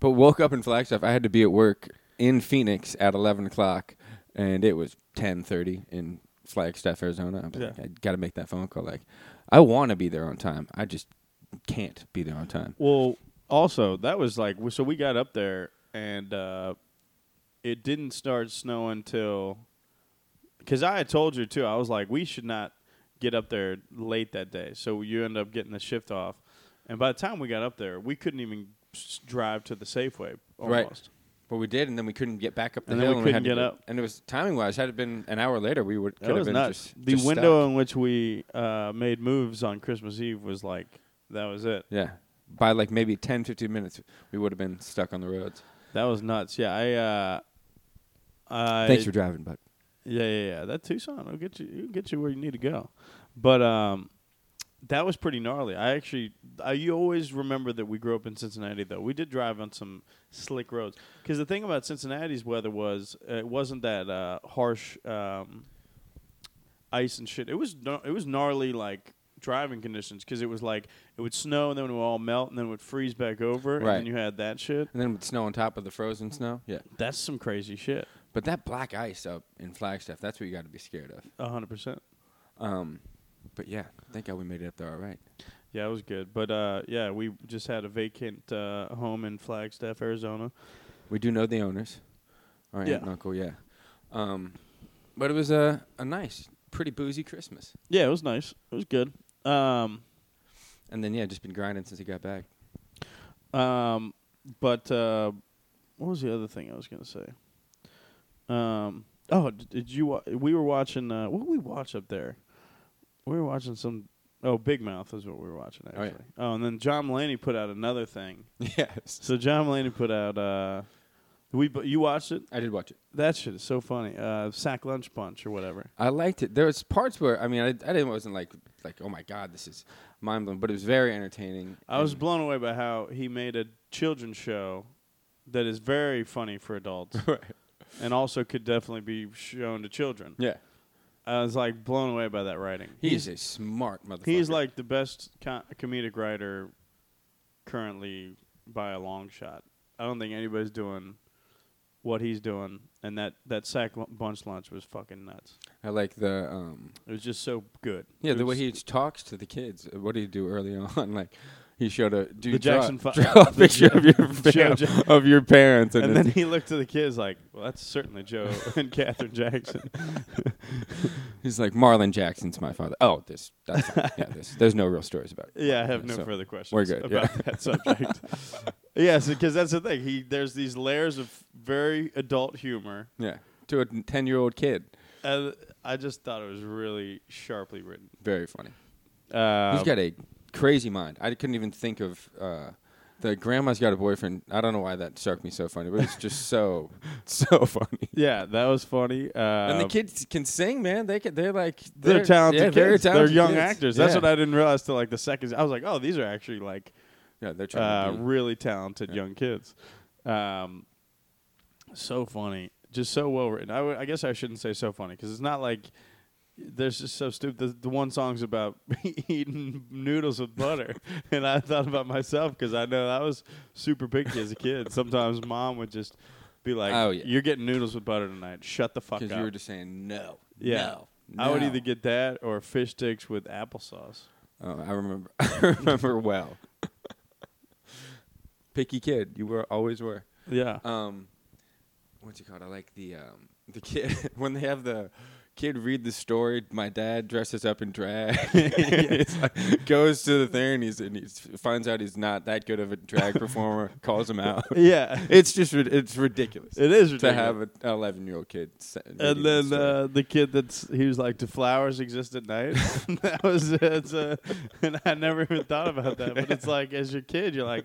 [SPEAKER 2] But woke up in Flagstaff. I had to be at work in Phoenix at eleven o'clock, and it was ten thirty in Flagstaff, Arizona. I'm
[SPEAKER 1] Yeah.
[SPEAKER 2] like, I got to make that phone call. Like, I want to be there on time. I just can't be there on time.
[SPEAKER 1] Well, also that was like so we got up there and uh, it didn't start snowing till because I had told you too. I was like, we should not get up there late that day. So you end up getting the shift off, and by the time we got up there, we couldn't even s- drive to the Safeway
[SPEAKER 2] Right.
[SPEAKER 1] almost.
[SPEAKER 2] But we did, and then we couldn't get back up the
[SPEAKER 1] And then
[SPEAKER 2] hill.
[SPEAKER 1] we
[SPEAKER 2] and
[SPEAKER 1] couldn't
[SPEAKER 2] had to
[SPEAKER 1] get up.
[SPEAKER 2] And it was timing wise. Had it been an hour later, we would could
[SPEAKER 1] That
[SPEAKER 2] have
[SPEAKER 1] was
[SPEAKER 2] been
[SPEAKER 1] nuts.
[SPEAKER 2] just
[SPEAKER 1] the
[SPEAKER 2] just
[SPEAKER 1] window
[SPEAKER 2] stuck.
[SPEAKER 1] in which we uh, made moves on Christmas Eve was like that was it.
[SPEAKER 2] Yeah. By like maybe 10, 15 minutes, we would have been stuck on the roads.
[SPEAKER 1] That was nuts. Yeah, I. Uh, I
[SPEAKER 2] Thanks for driving, bud.
[SPEAKER 1] Yeah, yeah, yeah. That Tucson will get you. It'll get you where you need to go. But um, that was pretty gnarly. I actually, I you always remember that we grew up in Cincinnati though. We did drive on some slick roads because the thing about Cincinnati's weather was uh, it wasn't that uh, harsh um, ice and shit. It was gna- it was gnarly like driving conditions because it was like it would snow and then it would all melt and then it would freeze back over and
[SPEAKER 2] Right.
[SPEAKER 1] then you had that shit.
[SPEAKER 2] And then with snow on top of the frozen snow. Mm-hmm. Yeah.
[SPEAKER 1] That's some crazy shit.
[SPEAKER 2] But that black ice up in Flagstaff, that's what you got to be scared of.
[SPEAKER 1] A hundred percent.
[SPEAKER 2] Um, but yeah, thank God we made it up there all right.
[SPEAKER 1] Yeah, it was good. But uh, yeah, we just had a vacant uh, home in Flagstaff, Arizona.
[SPEAKER 2] We do know the owners, our
[SPEAKER 1] Yeah.
[SPEAKER 2] aunt and uncle. Yeah. Um, but it was a a nice, pretty boozy Christmas.
[SPEAKER 1] Yeah, it was nice. It was good. Um,
[SPEAKER 2] And then yeah, just been grinding since he got back.
[SPEAKER 1] Um, but uh, what was the other thing I was gonna say? Um, oh, d- did you? Wa- we were watching. Uh, what did we watch up there? We were watching some. Oh, Big Mouth is what we were watching
[SPEAKER 2] Oh, yeah.
[SPEAKER 1] actually. Oh, and then John Mulaney put out another thing.
[SPEAKER 2] yes.
[SPEAKER 1] So John Mulaney put out. Uh, we bu- you watched it?
[SPEAKER 2] I did watch it.
[SPEAKER 1] That shit is so funny. Uh, sack lunch punch or whatever.
[SPEAKER 2] I liked it. There was parts where I mean, I, I didn't wasn't like like oh my god, this is mind blowing, but it was very entertaining.
[SPEAKER 1] I was
[SPEAKER 2] and-
[SPEAKER 1] blown away by how he made a children's show that is very funny for adults
[SPEAKER 2] right.
[SPEAKER 1] and also could definitely be shown to children.
[SPEAKER 2] Yeah.
[SPEAKER 1] I was like blown away by that writing.
[SPEAKER 2] He's, a smart motherfucker.
[SPEAKER 1] he's like the best co- comedic writer currently by a long shot. I don't think anybody's doing what he's doing, and that that sack lu- bunch lunch was fucking nuts.
[SPEAKER 2] I like the um
[SPEAKER 1] It was just so good.
[SPEAKER 2] yeah
[SPEAKER 1] It
[SPEAKER 2] the way
[SPEAKER 1] was-
[SPEAKER 2] he talks to the kids. Uh, What did he do early on? Like he showed a dude
[SPEAKER 1] The Jackson
[SPEAKER 2] draw,
[SPEAKER 1] Fi-
[SPEAKER 2] draw a
[SPEAKER 1] the
[SPEAKER 2] picture of your
[SPEAKER 1] Joe
[SPEAKER 2] fam-
[SPEAKER 1] Jack-
[SPEAKER 2] of your parents and,
[SPEAKER 1] and then he looked to the kids like, "Well, that's certainly Joe and Catherine Jackson."
[SPEAKER 2] he's like Marlon Jackson's my father. Oh, this that's yeah this. There's no real stories about it.
[SPEAKER 1] Yeah, I have no
[SPEAKER 2] So,
[SPEAKER 1] further questions
[SPEAKER 2] we're good,
[SPEAKER 1] about that subject. yes, because that's the thing. He there's these layers of very adult humor.
[SPEAKER 2] Yeah, to a ten year old kid,
[SPEAKER 1] Uh, I just thought it was really sharply written.
[SPEAKER 2] very funny.
[SPEAKER 1] Uh,
[SPEAKER 2] He's got a crazy mind. I couldn't even think of uh, the grandma's got a boyfriend. I don't know why that struck me so funny, but it's just so so funny.
[SPEAKER 1] yeah, that was funny. Uh,
[SPEAKER 2] and the kids can sing, man. They can, they're like
[SPEAKER 1] they're, talented.
[SPEAKER 2] yeah,
[SPEAKER 1] kids.
[SPEAKER 2] very talented
[SPEAKER 1] they're young
[SPEAKER 2] kids.
[SPEAKER 1] actors. That's
[SPEAKER 2] Yeah.
[SPEAKER 1] what I didn't realize till like the second. I was like, oh, these are actually like
[SPEAKER 2] Yeah, they're trying.
[SPEAKER 1] uh,
[SPEAKER 2] to be.
[SPEAKER 1] really talented
[SPEAKER 2] Yeah.
[SPEAKER 1] young kids. Um, so funny, just so well written. I would- I guess I shouldn't say so funny because it's not like there's just so stupid. The, the one song's about eating noodles with butter, and I thought about myself because I know I was super picky as a kid. Sometimes mom would just be like,
[SPEAKER 2] Oh, yeah.
[SPEAKER 1] "You're getting noodles with butter tonight. Shut the fuck up."
[SPEAKER 2] Because you were just saying no.
[SPEAKER 1] Yeah.
[SPEAKER 2] No.
[SPEAKER 1] I would
[SPEAKER 2] no.
[SPEAKER 1] either get that or fish sticks with applesauce.
[SPEAKER 2] Oh, I remember. I remember well. Picky kid, you were always were.
[SPEAKER 1] Yeah.
[SPEAKER 2] um what's it called? I like the um the kid when they have the kid read the story, my dad dresses up in drag. It's like, goes to the thing and he's and he finds out he's not that good of a drag performer, calls him out.
[SPEAKER 1] yeah.
[SPEAKER 2] It's just rid- it's ridiculous.
[SPEAKER 1] It is
[SPEAKER 2] to
[SPEAKER 1] ridiculous.
[SPEAKER 2] have an 11 year old kid. sa- reading
[SPEAKER 1] and
[SPEAKER 2] that
[SPEAKER 1] then
[SPEAKER 2] story.
[SPEAKER 1] uh, the kid that's he was like, "Do flowers exist at night?" that was it's uh, and I never even thought about that. But it's like, as your kid, you're like,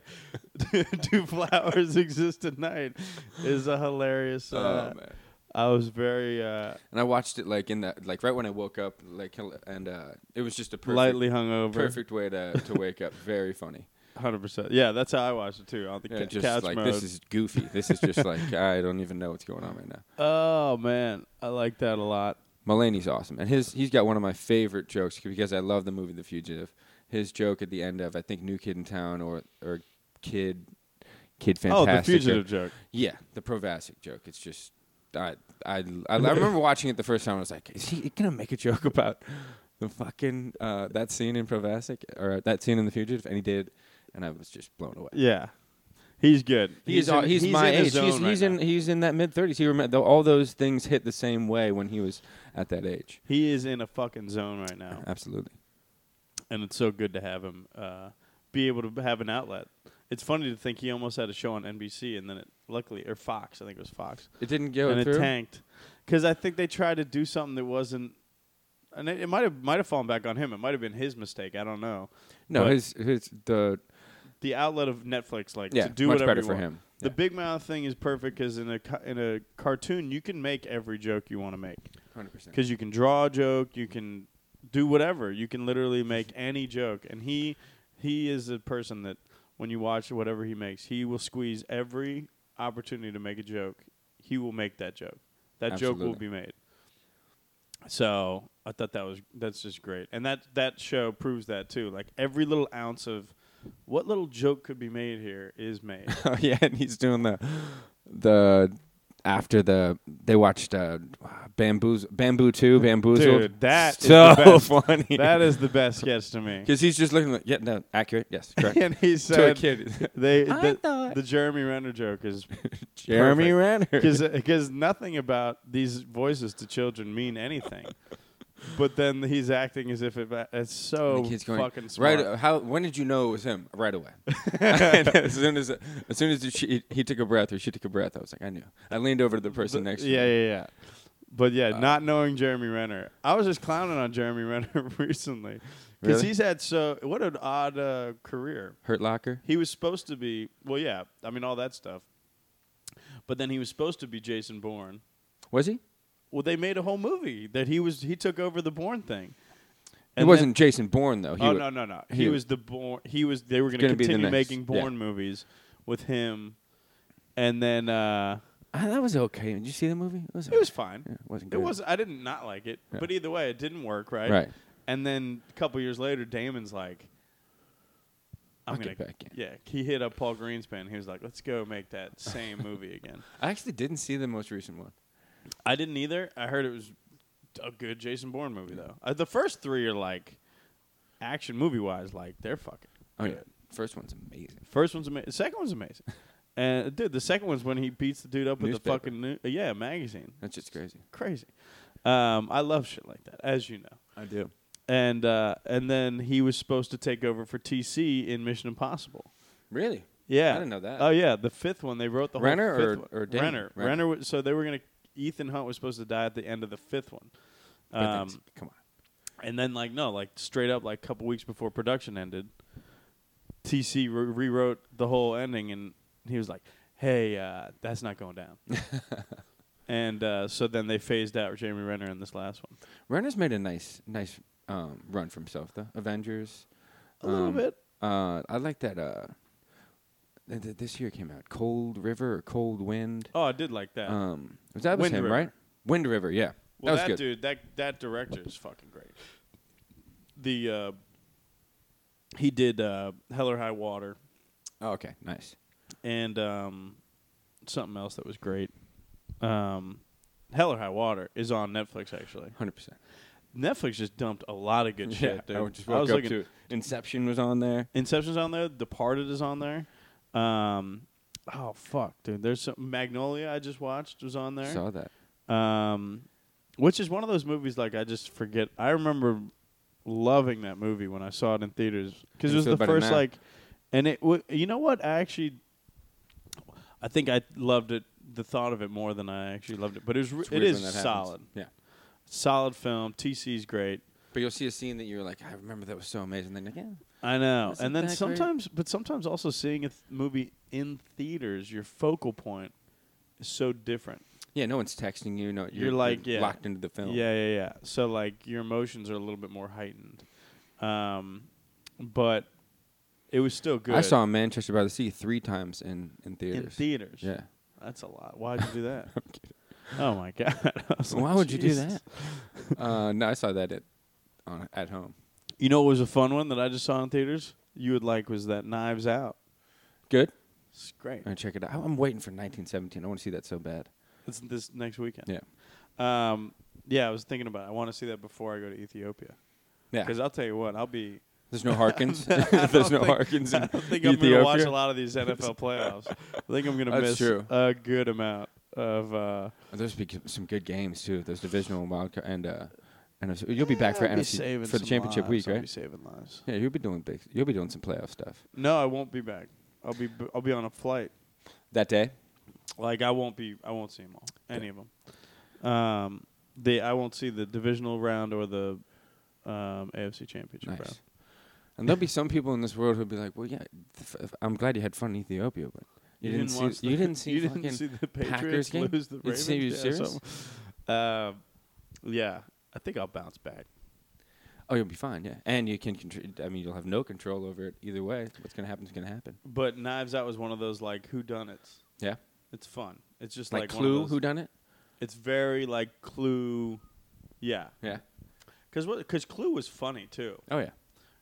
[SPEAKER 1] "Do flowers exist at night?" Is a hilarious. Uh,
[SPEAKER 2] oh man.
[SPEAKER 1] I was very uh,
[SPEAKER 2] And I watched it like in that like right when I woke up like and uh it was just a perfect
[SPEAKER 1] lightly hungover.
[SPEAKER 2] perfect way to to wake up. Very funny.
[SPEAKER 1] hundred percent. Yeah, that's how I watched it too on the
[SPEAKER 2] Yeah,
[SPEAKER 1] ca-
[SPEAKER 2] just
[SPEAKER 1] couch
[SPEAKER 2] like
[SPEAKER 1] mode.
[SPEAKER 2] this is goofy. This is just like I don't even know what's going on right now.
[SPEAKER 1] oh man, I like that a lot.
[SPEAKER 2] Mulaney's awesome, and his he's got one of my favorite jokes because I love the movie The Fugitive. His joke at the end of I think New Kid in Town or or Kid Kid Fantastic.
[SPEAKER 1] Oh, the fugitive joke.
[SPEAKER 2] Yeah, the Provasic joke. It's just I I I, I remember watching it the first time. I was like, is he gonna make a joke about the fucking uh, that scene in Provasic or that scene in The Fugitive? And he did, and I was just blown away.
[SPEAKER 1] Yeah, he's good.
[SPEAKER 2] He's
[SPEAKER 1] in-
[SPEAKER 2] he's, he's my
[SPEAKER 1] in his
[SPEAKER 2] age. He's,
[SPEAKER 1] zone right
[SPEAKER 2] he's
[SPEAKER 1] now.
[SPEAKER 2] in he's in that mid thirties. He remember all those things hit the same way when he was at that age.
[SPEAKER 1] He is in a fucking zone right now.
[SPEAKER 2] Absolutely.
[SPEAKER 1] and it's so good to have him uh, be able to have an outlet. It's funny to think he almost had a show on NBC, and then it luckily or Fox, I think it was Fox,
[SPEAKER 2] It didn't go
[SPEAKER 1] and
[SPEAKER 2] through.
[SPEAKER 1] it tanked because I think they tried to do something that wasn't, and it, it might have might have fallen back on him. It might have been his mistake. I don't know.
[SPEAKER 2] No,
[SPEAKER 1] but-
[SPEAKER 2] his his the
[SPEAKER 1] The outlet of Netflix, like
[SPEAKER 2] yeah,
[SPEAKER 1] to do
[SPEAKER 2] much
[SPEAKER 1] whatever
[SPEAKER 2] better
[SPEAKER 1] you
[SPEAKER 2] for
[SPEAKER 1] want.
[SPEAKER 2] him.
[SPEAKER 1] The
[SPEAKER 2] Yeah.
[SPEAKER 1] big mouth thing is perfect because in a ca- in a cartoon you can make every joke you want to make
[SPEAKER 2] 100%.
[SPEAKER 1] because you can draw a joke, you can do whatever. You can literally make any joke, and he he is a person that when you watch whatever he makes, he will squeeze every opportunity to make a joke. He will make that joke. That joke will
[SPEAKER 2] Absolutely.
[SPEAKER 1] be made. So I thought that was that's just great, and that that show proves that too. Like every little ounce of what little joke could be made here is made.
[SPEAKER 2] oh yeah, and he's doing the the after the they watched uh bamboos bamboo two bamboozled.
[SPEAKER 1] Dude, that is
[SPEAKER 2] so
[SPEAKER 1] the best.
[SPEAKER 2] funny.
[SPEAKER 1] that is the best sketch to me.
[SPEAKER 2] because he's just looking like yeah no accurate yes correct
[SPEAKER 1] and he
[SPEAKER 2] to a
[SPEAKER 1] said
[SPEAKER 2] kid.
[SPEAKER 1] they
[SPEAKER 2] I
[SPEAKER 1] the,
[SPEAKER 2] thought-
[SPEAKER 1] the Jeremy Renner joke is
[SPEAKER 2] Jeremy Renner.
[SPEAKER 1] because uh, nothing about these voices to children mean anything. But then he's acting as if it, it's so
[SPEAKER 2] The kid's going,
[SPEAKER 1] fucking smart.
[SPEAKER 2] Right? uh, How? When did you know it was him? Right away. as soon as, as soon as she, he took a breath or she took a breath, I was like, I knew. I leaned over to the person
[SPEAKER 1] But-
[SPEAKER 2] next. Uh, to
[SPEAKER 1] yeah,
[SPEAKER 2] me.
[SPEAKER 1] yeah, yeah. But yeah, not knowing Jeremy Renner, I was just clowning on Jeremy Renner recently because
[SPEAKER 2] Really?
[SPEAKER 1] he's had so what an odd uh, career.
[SPEAKER 2] Hurt Locker.
[SPEAKER 1] He was supposed to be well, yeah. I mean, all that stuff. But then he was supposed to be Jason Bourne.
[SPEAKER 2] Was he?
[SPEAKER 1] Well, they made a whole movie that he was he took over the Bourne thing.
[SPEAKER 2] it wasn't Jason Bourne though. He
[SPEAKER 1] oh
[SPEAKER 2] wa-
[SPEAKER 1] no no no!
[SPEAKER 2] he
[SPEAKER 1] He
[SPEAKER 2] wa-
[SPEAKER 1] was the born. He was. They were going to
[SPEAKER 2] gonna be the
[SPEAKER 1] continue
[SPEAKER 2] next-
[SPEAKER 1] making
[SPEAKER 2] yeah.
[SPEAKER 1] Bourne movies with him, and then uh,
[SPEAKER 2] Ah, that was okay. Did you see the movie? It was.
[SPEAKER 1] it was fine.
[SPEAKER 2] Yeah, it wasn't
[SPEAKER 1] It
[SPEAKER 2] good.
[SPEAKER 1] was. I didn't not like it,
[SPEAKER 2] Yeah.
[SPEAKER 1] but either way, it didn't work. Right.
[SPEAKER 2] Right.
[SPEAKER 1] And then a couple years later, Damon's like, "I'm
[SPEAKER 2] I'll
[SPEAKER 1] gonna
[SPEAKER 2] get back in.
[SPEAKER 1] Yeah, he hit up Paul Greenspan. He was like, "Let's go make that same movie again."
[SPEAKER 2] I actually didn't see the most recent one.
[SPEAKER 1] I didn't either. I heard it was a good Jason Bourne movie though. Uh, the first three are like action movie wise, like they're fucking.
[SPEAKER 2] Oh yeah,
[SPEAKER 1] good.
[SPEAKER 2] first one's amazing.
[SPEAKER 1] First one's amazing. Second one's amazing. And dude, the second one's when he beats the dude up with the
[SPEAKER 2] Newspaper.
[SPEAKER 1] fucking new- yeah magazine.
[SPEAKER 2] That's just crazy.
[SPEAKER 1] Crazy. Um, I love shit like that, as you know.
[SPEAKER 2] I do.
[SPEAKER 1] And uh, and then he was supposed to take over for TC in Mission Impossible.
[SPEAKER 2] Really?
[SPEAKER 1] Yeah,
[SPEAKER 2] I didn't know that.
[SPEAKER 1] Oh yeah, the fifth one they wrote the
[SPEAKER 2] Renner
[SPEAKER 1] whole fifth
[SPEAKER 2] or-
[SPEAKER 1] one.
[SPEAKER 2] or Damon?
[SPEAKER 1] Renner.
[SPEAKER 2] Renner.
[SPEAKER 1] Renner. was- So they were gonna. Ethan Hunt was supposed to die at the end of the fifth one.
[SPEAKER 2] But
[SPEAKER 1] Um,
[SPEAKER 2] that's- come on.
[SPEAKER 1] and then like no, like straight up, like a couple weeks before production ended, TC re- rewrote the whole ending, and he was like, "Hey, uh, that's not going down." and uh, so then they phased out Jeremy Renner in this last one
[SPEAKER 2] Renner's made a nice, nice um, run for himself though. Avengers.
[SPEAKER 1] a little
[SPEAKER 2] um,
[SPEAKER 1] bit.
[SPEAKER 2] Uh, I like that. Uh, th- th- this year came out Cold River or Cold Wind.
[SPEAKER 1] Oh, I did like that.
[SPEAKER 2] Um, was that was
[SPEAKER 1] Wind
[SPEAKER 2] him,
[SPEAKER 1] River.
[SPEAKER 2] right? Wind River. Yeah,
[SPEAKER 1] well,
[SPEAKER 2] that was
[SPEAKER 1] that,
[SPEAKER 2] good.
[SPEAKER 1] dude, that that director is fucking great. The uh, he did uh, Hell or High Water
[SPEAKER 2] Oh, okay, nice.
[SPEAKER 1] and um, something else that was great. Um, Hell or High Water is on Netflix actually.
[SPEAKER 2] Hundred percent.
[SPEAKER 1] Netflix just dumped a lot of good shit, dude.
[SPEAKER 2] I just woke
[SPEAKER 1] was
[SPEAKER 2] up
[SPEAKER 1] looking,
[SPEAKER 2] to it. Inception was on there.
[SPEAKER 1] Inception's on there. Departed is on there. Um, oh fuck, dude. There's some Magnolia I just watched was on there.
[SPEAKER 2] Saw that.
[SPEAKER 1] Um, which is one of those movies like I just forget. I remember loving that movie when I saw it in theaters because it
[SPEAKER 2] You
[SPEAKER 1] was
[SPEAKER 2] feel
[SPEAKER 1] the
[SPEAKER 2] better
[SPEAKER 1] first
[SPEAKER 2] now.
[SPEAKER 1] like, and it. W- you know what? I actually, I think I loved it. The thought of it more than I actually loved it, but it was. Re-
[SPEAKER 2] It's
[SPEAKER 1] it
[SPEAKER 2] weird when
[SPEAKER 1] is
[SPEAKER 2] that happens.
[SPEAKER 1] solid,
[SPEAKER 2] Yeah.
[SPEAKER 1] solid film. TC's great.
[SPEAKER 2] But you'll see a scene that you're like, I remember that was so amazing. Then you're like, yeah.
[SPEAKER 1] I know.
[SPEAKER 2] Isn't
[SPEAKER 1] and then
[SPEAKER 2] that great?
[SPEAKER 1] sometimes, but sometimes also seeing a th- movie in theaters, your focal point is so different.
[SPEAKER 2] Yeah, no one's texting you. No, you're,
[SPEAKER 1] You're like, yeah.
[SPEAKER 2] locked into the film.
[SPEAKER 1] Yeah, yeah, yeah. So like your emotions are a little bit more heightened. Um, but it was still good.
[SPEAKER 2] I saw Manchester by the Sea three times in in
[SPEAKER 1] in
[SPEAKER 2] theaters.
[SPEAKER 1] theaters.
[SPEAKER 2] yeah.
[SPEAKER 1] That's a lot. Why'd you do that? oh my god. I was
[SPEAKER 2] Why
[SPEAKER 1] like,
[SPEAKER 2] would you do
[SPEAKER 1] Jesus.
[SPEAKER 2] that? uh, no, I saw that at on, at home.
[SPEAKER 1] You know what was a fun one that I just saw in theaters? You would like was that Knives Out.
[SPEAKER 2] Good.
[SPEAKER 1] It's great.
[SPEAKER 2] I check it out. I'm waiting for 1917. I want to see that so bad.
[SPEAKER 1] It's this next weekend.
[SPEAKER 2] Yeah.
[SPEAKER 1] Um, yeah, I was thinking about. It. I want to see that before I go to Ethiopia.
[SPEAKER 2] Yeah.
[SPEAKER 1] Because I'll tell you what, I'll be.
[SPEAKER 2] There's no Harkins.
[SPEAKER 1] I
[SPEAKER 2] There's
[SPEAKER 1] don't
[SPEAKER 2] no
[SPEAKER 1] think-
[SPEAKER 2] Harkins. In
[SPEAKER 1] I don't think I'm going
[SPEAKER 2] Ethiopia.
[SPEAKER 1] to watch a lot of these NFL playoffs. I think I'm going to
[SPEAKER 2] That's
[SPEAKER 1] miss
[SPEAKER 2] true.
[SPEAKER 1] a good amount of. Uh,
[SPEAKER 2] There's be some good games too. Those divisional and wild card and uh, NFC. You'll be back for
[SPEAKER 1] I'll be
[SPEAKER 2] NFC
[SPEAKER 1] saving
[SPEAKER 2] for the
[SPEAKER 1] some
[SPEAKER 2] championship
[SPEAKER 1] lives.
[SPEAKER 2] week,
[SPEAKER 1] I'll be
[SPEAKER 2] right?
[SPEAKER 1] saving lives.
[SPEAKER 2] Yeah, you'll be doing big. You'll be doing some playoff stuff
[SPEAKER 1] No, I won't be back. I'll be. I'll be on a flight.
[SPEAKER 2] that day.
[SPEAKER 1] Like I won't be. I won't see them all. Any of them. Um, they. I won't see the divisional round or the um, AFC championship
[SPEAKER 2] Nice.
[SPEAKER 1] round.
[SPEAKER 2] And there'll be some people in this world who'll be like, "Well, yeah, f- f- I'm glad you had fun in Ethiopia, but you, didn't,
[SPEAKER 1] watch
[SPEAKER 2] see
[SPEAKER 1] the-
[SPEAKER 2] you didn't see
[SPEAKER 1] you
[SPEAKER 2] fucking
[SPEAKER 1] didn't see the Patriots
[SPEAKER 2] Packers game?
[SPEAKER 1] lose the
[SPEAKER 2] You didn't
[SPEAKER 1] Ravens.
[SPEAKER 2] see- you
[SPEAKER 1] yeah,
[SPEAKER 2] serious?
[SPEAKER 1] something. Um, yeah, I think I'll bounce back.
[SPEAKER 2] Oh, you'll be fine. Yeah, and you can. Contr- I mean, you'll have no control over it either way. What's gonna happen is gonna happen.
[SPEAKER 1] But Knives Out was one of those like who done it.
[SPEAKER 2] Yeah,
[SPEAKER 1] It's fun. It's just
[SPEAKER 2] like,
[SPEAKER 1] like, one of
[SPEAKER 2] Clue,
[SPEAKER 1] those-
[SPEAKER 2] Who Done It?
[SPEAKER 1] It's very like Clue. Yeah,
[SPEAKER 2] Yeah.
[SPEAKER 1] because because Clue was funny too.
[SPEAKER 2] Oh yeah.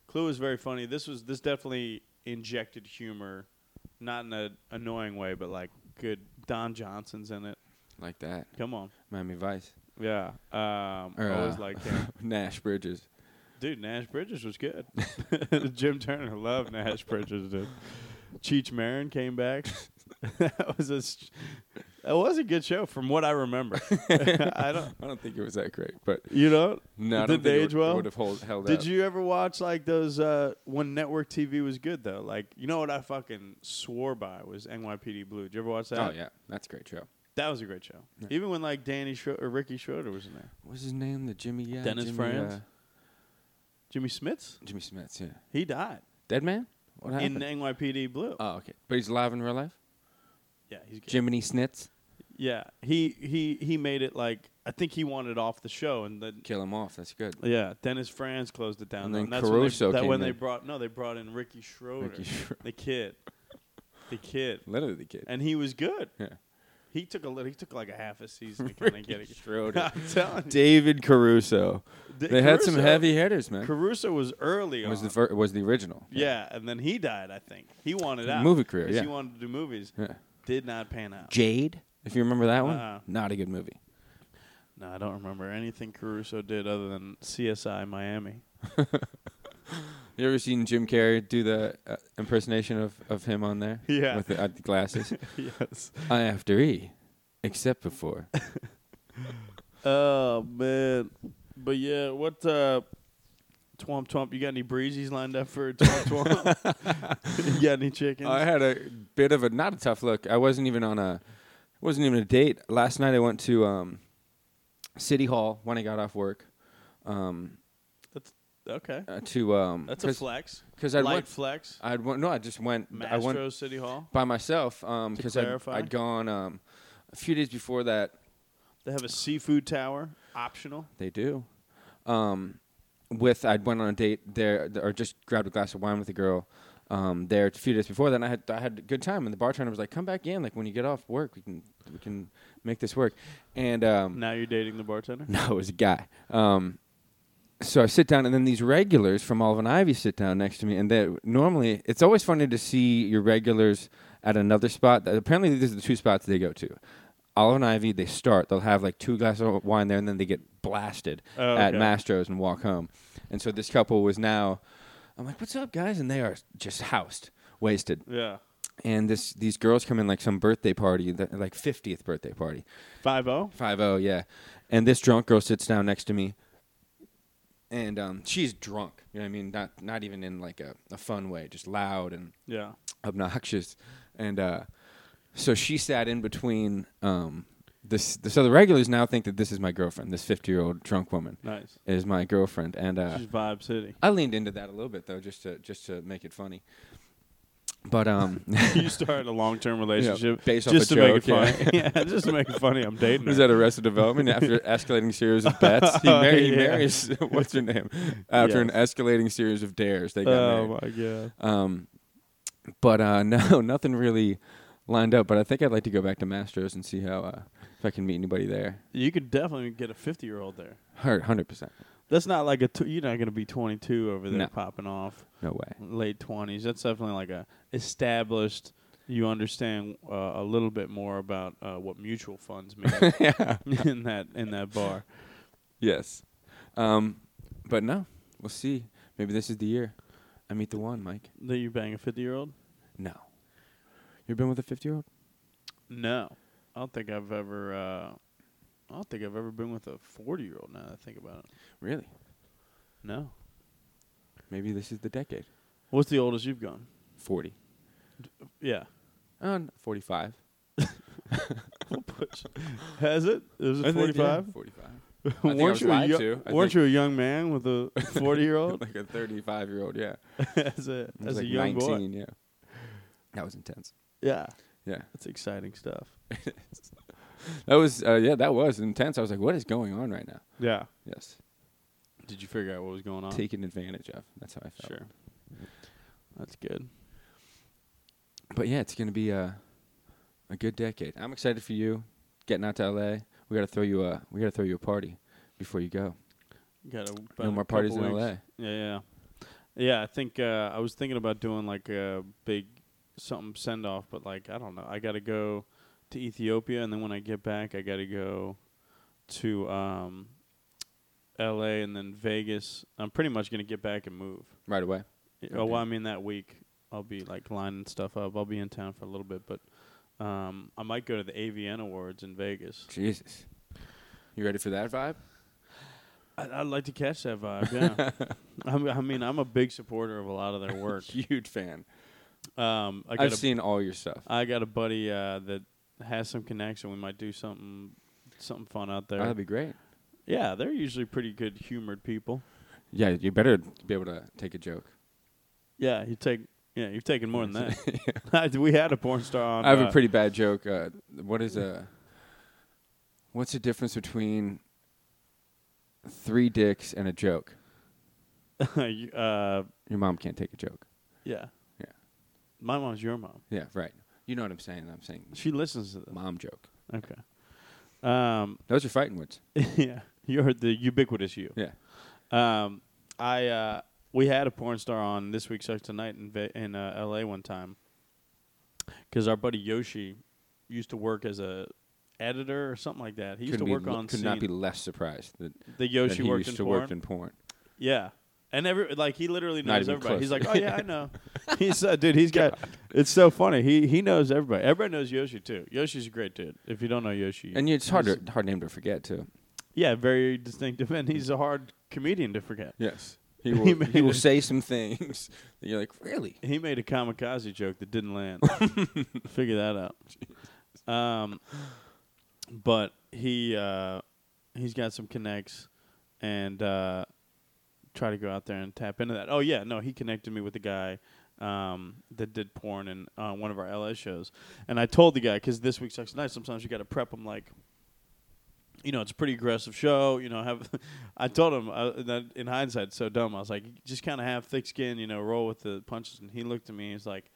[SPEAKER 1] Clue was very funny. This was this definitely injected humor, not in an annoying way, but like good. Don Johnson's in it.
[SPEAKER 2] Like that.
[SPEAKER 1] Come on,
[SPEAKER 2] Miami Vice.
[SPEAKER 1] yeah. Um,
[SPEAKER 2] Or,
[SPEAKER 1] always
[SPEAKER 2] uh,
[SPEAKER 1] like him.
[SPEAKER 2] Nash Bridges.
[SPEAKER 1] Dude, Nash Bridges was good. Jim Turner loved Nash Bridges, dude. Cheech Marin came back. that was a s- that was a good show from what I remember. I don't
[SPEAKER 2] I don't think it was that great, but
[SPEAKER 1] you know?
[SPEAKER 2] no, I
[SPEAKER 1] it
[SPEAKER 2] don't
[SPEAKER 1] didn't
[SPEAKER 2] think
[SPEAKER 1] age
[SPEAKER 2] it would,
[SPEAKER 1] well.
[SPEAKER 2] would have hold, held
[SPEAKER 1] Did
[SPEAKER 2] up.
[SPEAKER 1] you ever watch like those uh when network TV was good though? Like you know what I fucking swore by was NYPD Blue. Did you ever watch that?
[SPEAKER 2] Oh yeah, that's a great show.
[SPEAKER 1] That was a great show.
[SPEAKER 2] Yeah.
[SPEAKER 1] Even when like Danny Schro- or Ricky Schroeder was in there.
[SPEAKER 2] What's his name? The Jimmy guy.
[SPEAKER 1] Dennis
[SPEAKER 2] Jimmy,
[SPEAKER 1] Franz?
[SPEAKER 2] uh,
[SPEAKER 1] Jimmy Smits,
[SPEAKER 2] Jimmy Smiths. Yeah.
[SPEAKER 1] he died
[SPEAKER 2] Dead man. What
[SPEAKER 1] in
[SPEAKER 2] happened?
[SPEAKER 1] NYPD Blue.
[SPEAKER 2] oh okay, but he's alive in real life.
[SPEAKER 1] yeah, he's good.
[SPEAKER 2] Jiminy Snits.
[SPEAKER 1] Yeah, he he he made it like I think he wanted off the show, and then
[SPEAKER 2] Kill him off. That's good.
[SPEAKER 1] yeah, Dennis Franz closed it down.
[SPEAKER 2] And
[SPEAKER 1] though,
[SPEAKER 2] then
[SPEAKER 1] that's when they-
[SPEAKER 2] Caruso
[SPEAKER 1] that
[SPEAKER 2] came
[SPEAKER 1] when they
[SPEAKER 2] in.
[SPEAKER 1] brought no, they brought in Ricky Schroeder,
[SPEAKER 2] Ricky Schro-
[SPEAKER 1] the kid, the kid,
[SPEAKER 2] Literally the kid.
[SPEAKER 1] and he was good.
[SPEAKER 2] Yeah.
[SPEAKER 1] He took a little, he took like a half a season to kind of get it.
[SPEAKER 2] Schroeder.
[SPEAKER 1] I'm telling you,
[SPEAKER 2] David Caruso.
[SPEAKER 1] D-
[SPEAKER 2] They had some
[SPEAKER 1] Caruso-
[SPEAKER 2] heavy hitters, man.
[SPEAKER 1] Caruso was early
[SPEAKER 2] was
[SPEAKER 1] on.
[SPEAKER 2] the fir- was the original.
[SPEAKER 1] yeah, and then he died. I think he wanted out
[SPEAKER 2] Movie career,
[SPEAKER 1] 'cause
[SPEAKER 2] yeah.
[SPEAKER 1] he wanted to do movies.
[SPEAKER 2] Yeah.
[SPEAKER 1] Did not pan out.
[SPEAKER 2] Jade, if you remember that one,
[SPEAKER 1] Uh-uh.
[SPEAKER 2] not a good movie.
[SPEAKER 1] no, I don't remember anything Caruso did other than CSI Miami.
[SPEAKER 2] You ever seen Jim Carrey do the uh, impersonation of, of him on there?
[SPEAKER 1] Yeah.
[SPEAKER 2] with the, uh, the glasses.
[SPEAKER 1] yes.
[SPEAKER 2] I have to E, except before.
[SPEAKER 1] Oh man, but yeah, what uh, twomp twomp? You got any breezes lined up for twomp twomp? you got any chickens?
[SPEAKER 2] I had a bit of a not a tough look. I wasn't even on a wasn't even a date. Last night I went to um, City Hall when I got off work um,
[SPEAKER 1] That's okay.
[SPEAKER 2] uh, to um,
[SPEAKER 1] That's a flex.
[SPEAKER 2] because I
[SPEAKER 1] Light
[SPEAKER 2] went.
[SPEAKER 1] flex.
[SPEAKER 2] I'd went, no, I just went. I
[SPEAKER 1] Mastro
[SPEAKER 2] went
[SPEAKER 1] City Hall.
[SPEAKER 2] by myself
[SPEAKER 1] To
[SPEAKER 2] because I'd,
[SPEAKER 1] clarify.
[SPEAKER 2] I'd gone um, a few days before that.
[SPEAKER 1] They have a seafood tower, optional.
[SPEAKER 2] They do. Um, with I'd went on a date there, or just grabbed a glass of wine with a girl um, there a few days before. Then I had I had a good time, and the bartender was like, "Come back in, like when you get off work, we can we can make this work." And um,
[SPEAKER 1] Now you're dating the bartender.
[SPEAKER 2] no, it was a guy. Um, so I sit down, and then these regulars from Olive and Ivy sit down next to me, and they normally it's always funny to see your regulars at another spot. Uh, Apparently, these are the two spots they go to. Olive and Ivy, they start. They'll have like two glasses of wine there, and then they get blasted
[SPEAKER 1] Oh,
[SPEAKER 2] at
[SPEAKER 1] okay.
[SPEAKER 2] Mastro's and walk home. And so this couple was now, I'm like, "What's up, guys?" And they are just housed, wasted.
[SPEAKER 1] Yeah,
[SPEAKER 2] And this these girls come in like some birthday party, that, like 50th birthday party,
[SPEAKER 1] five zero.
[SPEAKER 2] Five oh, yeah. And this drunk girl sits down next to me, and um, she's drunk. You know what I mean? Not not even in like a, a fun way, just loud and
[SPEAKER 1] Yeah.
[SPEAKER 2] obnoxious. And uh, so she sat in between um, this. So the regulars now think that this is my girlfriend. This fifty year old drunk woman
[SPEAKER 1] Nice.
[SPEAKER 2] is my girlfriend, and uh,
[SPEAKER 1] She's Vibe City.
[SPEAKER 2] I leaned into that a little bit though, just to just to make it funny. But um,
[SPEAKER 1] you started a long term relationship
[SPEAKER 2] based off
[SPEAKER 1] just
[SPEAKER 2] a
[SPEAKER 1] to make
[SPEAKER 2] joke,
[SPEAKER 1] it funny. Yeah. just to make it funny. I'm dating.
[SPEAKER 2] Was
[SPEAKER 1] her.
[SPEAKER 2] that Arrested Development after escalating series of bets? He,
[SPEAKER 1] Oh,
[SPEAKER 2] mar- he
[SPEAKER 1] yeah.
[SPEAKER 2] marries what's her name after
[SPEAKER 1] Yes.
[SPEAKER 2] an escalating series of dares. They got
[SPEAKER 1] Oh
[SPEAKER 2] married.
[SPEAKER 1] my god.
[SPEAKER 2] Um, but uh, no, nothing really lined up. But I think I'd like to go back to Masters and see how uh, if I can meet anybody there.
[SPEAKER 1] You could definitely get a 50 year old there.
[SPEAKER 2] Hundred percent.
[SPEAKER 1] That's not like a. Tw- you're not going to be 22 over there
[SPEAKER 2] No.
[SPEAKER 1] popping off
[SPEAKER 2] No way.
[SPEAKER 1] late 20s. That's definitely like a established. You understand uh, a little bit more about uh, what mutual funds mean
[SPEAKER 2] yeah.
[SPEAKER 1] in that in that bar.
[SPEAKER 2] Yes. Um, but no, we'll see. Maybe this is the year I meet the one, Mike.
[SPEAKER 1] That you bang a 50 year old?
[SPEAKER 2] No. You've been with a fifty-year-old?
[SPEAKER 1] No, I don't think I've ever. Uh, I don't think I've ever been with a 40 year old. Now that I think about it,
[SPEAKER 2] Really?
[SPEAKER 1] no.
[SPEAKER 2] Maybe this is the decade.
[SPEAKER 1] What's the oldest you've gone?
[SPEAKER 2] Forty.
[SPEAKER 1] Yeah,
[SPEAKER 2] Uh, forty-five.
[SPEAKER 1] has it? Is it 45?
[SPEAKER 2] 45. I
[SPEAKER 1] weren't
[SPEAKER 2] was
[SPEAKER 1] you a
[SPEAKER 2] lied
[SPEAKER 1] yo-
[SPEAKER 2] to. I
[SPEAKER 1] weren't
[SPEAKER 2] think-
[SPEAKER 1] you a young man with a 40 year old
[SPEAKER 2] like a 35 year old, yeah.
[SPEAKER 1] as a
[SPEAKER 2] I was
[SPEAKER 1] as
[SPEAKER 2] like
[SPEAKER 1] a young
[SPEAKER 2] 19,
[SPEAKER 1] boy?
[SPEAKER 2] yeah. That was intense.
[SPEAKER 1] Yeah,
[SPEAKER 2] Yeah.
[SPEAKER 1] that's exciting stuff.
[SPEAKER 2] That was, uh, yeah, that was intense. I was like, what is going on right now?
[SPEAKER 1] Yeah.
[SPEAKER 2] Yes.
[SPEAKER 1] Did Did you figure out what was going on?
[SPEAKER 2] taken advantage of. That's how I felt.
[SPEAKER 1] Uh-huh. Sure. That's good.
[SPEAKER 2] But yeah, it's gonna be a a good decade. I'm excited for you getting out to LA. We gotta throw you a we gotta throw you a party before you go.
[SPEAKER 1] Got a,
[SPEAKER 2] no more parties in
[SPEAKER 1] weeks.
[SPEAKER 2] LA.
[SPEAKER 1] Yeah, yeah, yeah. I think uh, I was thinking about doing like a big something send off, but like I don't know. I got to go to Ethiopia, and then when I get back, I got to go to um, L.A. and then Vegas. I'm pretty much gonna get back and move.
[SPEAKER 2] Right away.
[SPEAKER 1] Y-
[SPEAKER 2] Okay.
[SPEAKER 1] Oh, well, I mean that week I'll be like lining stuff up. I'll be in town for a little bit, but um, I might go to the AVN Awards in Vegas.
[SPEAKER 2] Jesus. You ready for that vibe?
[SPEAKER 1] I, I'd like to catch that vibe. Yeah, I'm, I mean I'm a big supporter of a lot of their work.
[SPEAKER 2] Huge fan.
[SPEAKER 1] Um, I got
[SPEAKER 2] I've
[SPEAKER 1] a,
[SPEAKER 2] seen all your stuff.
[SPEAKER 1] I got a buddy uh, that has some connection. We might do something something fun out there.
[SPEAKER 2] Oh, That'd be great.
[SPEAKER 1] yeah, they're usually pretty good humored people.
[SPEAKER 2] Yeah, you better be able to take a joke.
[SPEAKER 1] Yeah, you take yeah, you've taken more than that. we had a porn star on.
[SPEAKER 2] I have
[SPEAKER 1] uh,
[SPEAKER 2] a pretty bad joke. Uh, what is a? What's the difference between three dicks and a joke?
[SPEAKER 1] you- uh,
[SPEAKER 2] Your mom can't take a joke.
[SPEAKER 1] yeah.
[SPEAKER 2] Yeah.
[SPEAKER 1] My mom's your mom.
[SPEAKER 2] Yeah, right. You know what I'm saying. I'm saying
[SPEAKER 1] She listens to this.
[SPEAKER 2] mom joke.
[SPEAKER 1] Okay. Um,
[SPEAKER 2] Those are fighting words.
[SPEAKER 1] yeah, you're the ubiquitous you.
[SPEAKER 2] Yeah.
[SPEAKER 1] Um, I uh, we had a porn star on this week sucks tonight in Ve- in uh, L.A. one time because our buddy Yoshi used to work as a editor or something like that. He used
[SPEAKER 2] Couldn't
[SPEAKER 1] to work
[SPEAKER 2] be, l-
[SPEAKER 1] on
[SPEAKER 2] Could
[SPEAKER 1] scene.
[SPEAKER 2] not be less surprised that,
[SPEAKER 1] the
[SPEAKER 2] that
[SPEAKER 1] Yoshi
[SPEAKER 2] he
[SPEAKER 1] worked
[SPEAKER 2] used
[SPEAKER 1] in
[SPEAKER 2] to
[SPEAKER 1] porn.
[SPEAKER 2] worked in porn.
[SPEAKER 1] yeah. And every like he literally
[SPEAKER 2] Not
[SPEAKER 1] knows
[SPEAKER 2] even
[SPEAKER 1] everybody.
[SPEAKER 2] close.
[SPEAKER 1] He's like, oh yeah, I know. He's uh, dude. He's got. It's so funny. He he knows everybody. Everybody knows Yoshi too. Yoshi's a great dude. If you don't know Yoshi,
[SPEAKER 2] And it's hard
[SPEAKER 1] he's-
[SPEAKER 2] to, hard name to forget too.
[SPEAKER 1] yeah, very distinctive, and he's a hard comedian to forget.
[SPEAKER 2] Yes. He
[SPEAKER 1] He
[SPEAKER 2] will. he
[SPEAKER 1] made
[SPEAKER 2] will
[SPEAKER 1] it.
[SPEAKER 2] say some things that you're like, really?
[SPEAKER 1] He made a kamikaze joke that didn't land. Figure that out. Um, but he uh, he's got some connects, and uh, try to go out there and tap into that. Oh yeah, no, he connected me with a guy um, that did porn in uh, one of our LS shows, and I told the guy because this week sucks night. Sometimes you got to prep him like. You know, it's a pretty aggressive show. You know, have I told him uh, that in hindsight, it's so dumb. I was like, just kind of have thick skin. You know, roll with the punches. And he looked at me. He's like,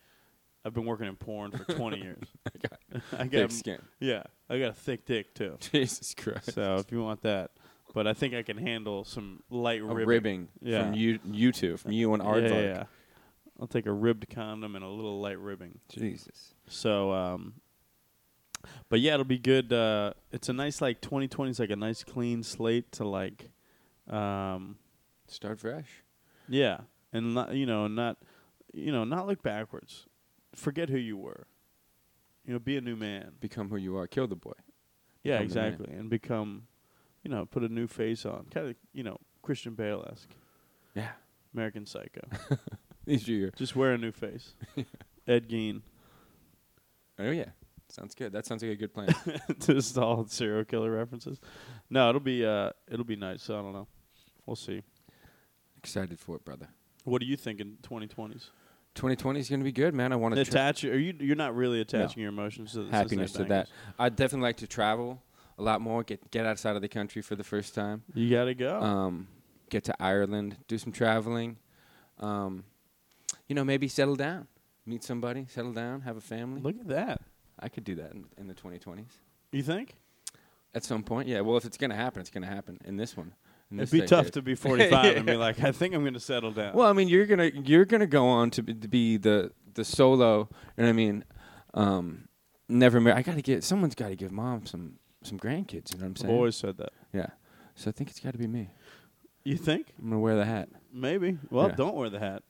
[SPEAKER 1] I've been working in porn for 20 years.
[SPEAKER 2] I got
[SPEAKER 1] I got
[SPEAKER 2] thick skin.
[SPEAKER 1] yeah, I got a thick dick too.
[SPEAKER 2] Jesus Christ.
[SPEAKER 1] so if you want that, but I think I can handle some light
[SPEAKER 2] a ribbing,
[SPEAKER 1] ribbing. Yeah.
[SPEAKER 2] from you, you two, from you and
[SPEAKER 1] Yeah,
[SPEAKER 2] Aardvark.
[SPEAKER 1] yeah, yeah. I'll take a ribbed condom and a little light ribbing.
[SPEAKER 2] Jesus.
[SPEAKER 1] So, um, but yeah, it'll be good. Uh, it's a nice like 2020 is like a nice clean slate to like, um,
[SPEAKER 2] Start fresh.
[SPEAKER 1] yeah, and not, you know not, you know not look backwards, forget who you were, you know, be a new man.
[SPEAKER 2] Become who you are. Kill the boy.
[SPEAKER 1] Yeah,
[SPEAKER 2] become the man.
[SPEAKER 1] exactly, and become, you know, put a new face on, kind of, you know, Christian Bale esque,
[SPEAKER 2] Yeah.
[SPEAKER 1] American Psycho.
[SPEAKER 2] These are your.
[SPEAKER 1] Just wear a new face. Ed Gein,
[SPEAKER 2] Oh yeah. Sounds good. That sounds like a good plan.
[SPEAKER 1] just all serial killer references. No, it'll be uh, it'll be nice. I don't know. We'll see.
[SPEAKER 2] Excited for it, brother.
[SPEAKER 1] What do you think in 2020s?
[SPEAKER 2] 2020 is gonna be good, man. I want to.
[SPEAKER 1] Attach? Are you you're not really attaching your emotions to the
[SPEAKER 2] happiness to
[SPEAKER 1] Cincinnati
[SPEAKER 2] that.
[SPEAKER 1] Bengals.
[SPEAKER 2] I'd definitely like to travel a lot more. Get get outside of the country for the first time.
[SPEAKER 1] You gotta go.
[SPEAKER 2] Um, get to Ireland. Do some traveling. Um, you know, maybe settle down. Meet somebody. Settle down. Have a family.
[SPEAKER 1] Look at that.
[SPEAKER 2] I could do that in, in the 2020s.
[SPEAKER 1] You think?
[SPEAKER 2] At some point, yeah. Well, if it's gonna happen, it's gonna happen in this one. In
[SPEAKER 1] It'd
[SPEAKER 2] this
[SPEAKER 1] be
[SPEAKER 2] decade.
[SPEAKER 1] tough to be 45 and be
[SPEAKER 2] Yeah.
[SPEAKER 1] like, I think I'm gonna settle down.
[SPEAKER 2] Well, I mean, you're gonna you're gonna go on to be, to be the the solo, and I mean, um, never. Mar- I gotta get someone's got to give mom some some grandkids. You know what I'm
[SPEAKER 1] I've
[SPEAKER 2] saying?
[SPEAKER 1] always said that.
[SPEAKER 2] Yeah. So I think it's got to be me.
[SPEAKER 1] You think?
[SPEAKER 2] I'm gonna wear the hat.
[SPEAKER 1] Maybe. Well,
[SPEAKER 2] Yeah.
[SPEAKER 1] don't wear the hat,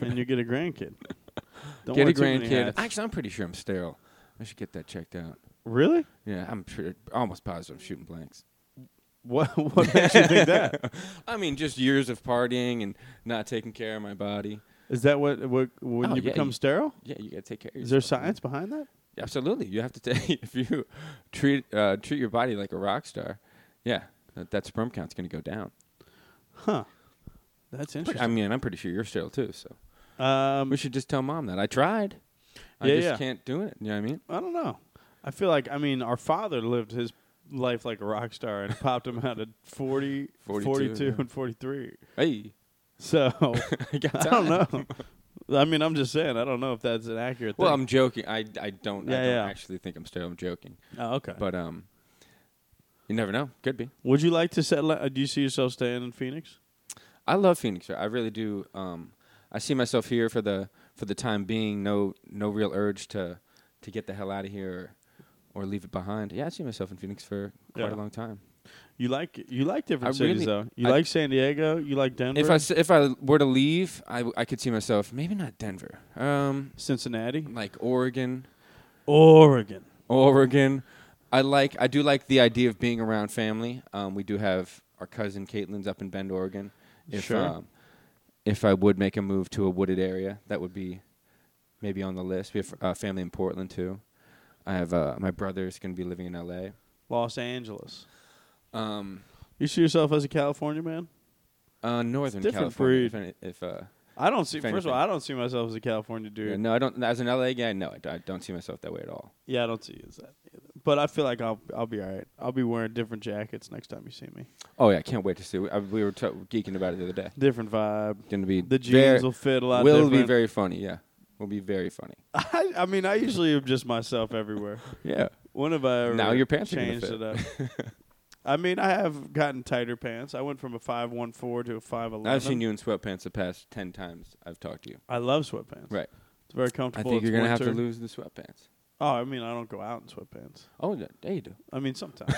[SPEAKER 1] and you get a grandkid. Don't
[SPEAKER 2] get
[SPEAKER 1] wear
[SPEAKER 2] a
[SPEAKER 1] too many
[SPEAKER 2] grandkid.
[SPEAKER 1] hats.
[SPEAKER 2] Actually, I'm pretty sure I'm sterile. I should get that checked out.
[SPEAKER 1] Really?
[SPEAKER 2] Yeah, I'm sure, almost positive. I'm shooting blanks.
[SPEAKER 1] What? What makes you think that?
[SPEAKER 2] I mean, just years of partying and not taking care of my body.
[SPEAKER 1] Is that what? what when
[SPEAKER 2] Oh,
[SPEAKER 1] you
[SPEAKER 2] yeah,
[SPEAKER 1] become
[SPEAKER 2] you-
[SPEAKER 1] sterile?
[SPEAKER 2] Yeah, you gotta take care of yourself.
[SPEAKER 1] Is there
[SPEAKER 2] man.
[SPEAKER 1] science behind that?
[SPEAKER 2] Absolutely, you have to take if you treat uh, treat your body like a rock star. Yeah, that, that sperm count's going to go down.
[SPEAKER 1] Huh. That's
[SPEAKER 2] But,
[SPEAKER 1] interesting.
[SPEAKER 2] I mean, I'm pretty sure you're sterile too. So
[SPEAKER 1] Um,
[SPEAKER 2] we should just tell mom that I tried. I
[SPEAKER 1] Yeah,
[SPEAKER 2] just
[SPEAKER 1] yeah.
[SPEAKER 2] can't do it. You know what I mean?
[SPEAKER 1] I don't know. I feel like I mean our father lived his life like a rock star and popped him out at 40, 42,
[SPEAKER 2] 42, yeah.
[SPEAKER 1] and 43.
[SPEAKER 2] Hey,
[SPEAKER 1] So
[SPEAKER 2] I got
[SPEAKER 1] I don't know. I mean, I'm just saying, I don't know if that's an accurate
[SPEAKER 2] Well,
[SPEAKER 1] thing.
[SPEAKER 2] I'm joking. I, I don't, I
[SPEAKER 1] Yeah,
[SPEAKER 2] don't
[SPEAKER 1] yeah.
[SPEAKER 2] actually think I'm still I'm joking.
[SPEAKER 1] oh, okay.
[SPEAKER 2] But um, you never know. Could be.
[SPEAKER 1] Would you like to settle? uh, Do you see yourself staying in Phoenix?
[SPEAKER 2] I love Phoenix. I really do. Um, I see myself here for the for the time being. No no real urge to to get the hell out of here or, or leave it behind. Yeah, I see myself in Phoenix for quite
[SPEAKER 1] Yeah.
[SPEAKER 2] a long time.
[SPEAKER 1] You like you like different
[SPEAKER 2] I
[SPEAKER 1] cities
[SPEAKER 2] really-
[SPEAKER 1] though. You
[SPEAKER 2] I-
[SPEAKER 1] like San Diego. You like Denver.
[SPEAKER 2] If I s- if I were to leave, I, w- I could see myself maybe not Denver. Um,
[SPEAKER 1] Cincinnati,
[SPEAKER 2] like Oregon,
[SPEAKER 1] Oregon.
[SPEAKER 2] Oregon. I like I do like the idea of being around family. Um, we do have our cousin Caitlin's up in Bend, Oregon. If,
[SPEAKER 1] Sure.
[SPEAKER 2] Um, if I would make a move to a wooded area, that would be maybe on the list. We have uh, family in Portland too. I have uh, my brother's going to be living in L.A.
[SPEAKER 1] Los Angeles.
[SPEAKER 2] Um,
[SPEAKER 1] You see yourself as a California man?
[SPEAKER 2] uh, Northern
[SPEAKER 1] different
[SPEAKER 2] California.
[SPEAKER 1] breed.
[SPEAKER 2] If, any- if uh,
[SPEAKER 1] I don't see.
[SPEAKER 2] If
[SPEAKER 1] First of all,
[SPEAKER 2] anything.
[SPEAKER 1] I don't see myself as a California dude.
[SPEAKER 2] yeah, no, I don't. As an L.A. guy, no, I d- I don't see myself that way at all.
[SPEAKER 1] Yeah, I don't see you as that. Either. But I feel like I'll I'll be all right. I'll be wearing different jackets next time you see me.
[SPEAKER 2] Oh yeah, I can't wait to see. We, I, we were t- geeking about it the other day.
[SPEAKER 1] Different vibe.
[SPEAKER 2] Going to be
[SPEAKER 1] The jeans
[SPEAKER 2] very-
[SPEAKER 1] will fit a lot.
[SPEAKER 2] will
[SPEAKER 1] different.
[SPEAKER 2] be very funny. Yeah, will be very funny.
[SPEAKER 1] I, I mean, I usually am just myself everywhere.
[SPEAKER 2] Yeah.
[SPEAKER 1] When have I ever
[SPEAKER 2] Now your pants are gonna
[SPEAKER 1] changed it
[SPEAKER 2] fit.
[SPEAKER 1] up? I mean, I have gotten tighter pants. I went from a five one four to a five eleven.
[SPEAKER 2] I've seen you in sweatpants the past ten times I've talked to you.
[SPEAKER 1] I love sweatpants.
[SPEAKER 2] Right.
[SPEAKER 1] It's very
[SPEAKER 2] I
[SPEAKER 1] comfortable.
[SPEAKER 2] think you're
[SPEAKER 1] going
[SPEAKER 2] gonna have to lose the sweatpants.
[SPEAKER 1] Oh, I mean, I don't go out in sweatpants.
[SPEAKER 2] Oh, yeah, yeah, you do.
[SPEAKER 1] I mean, sometimes.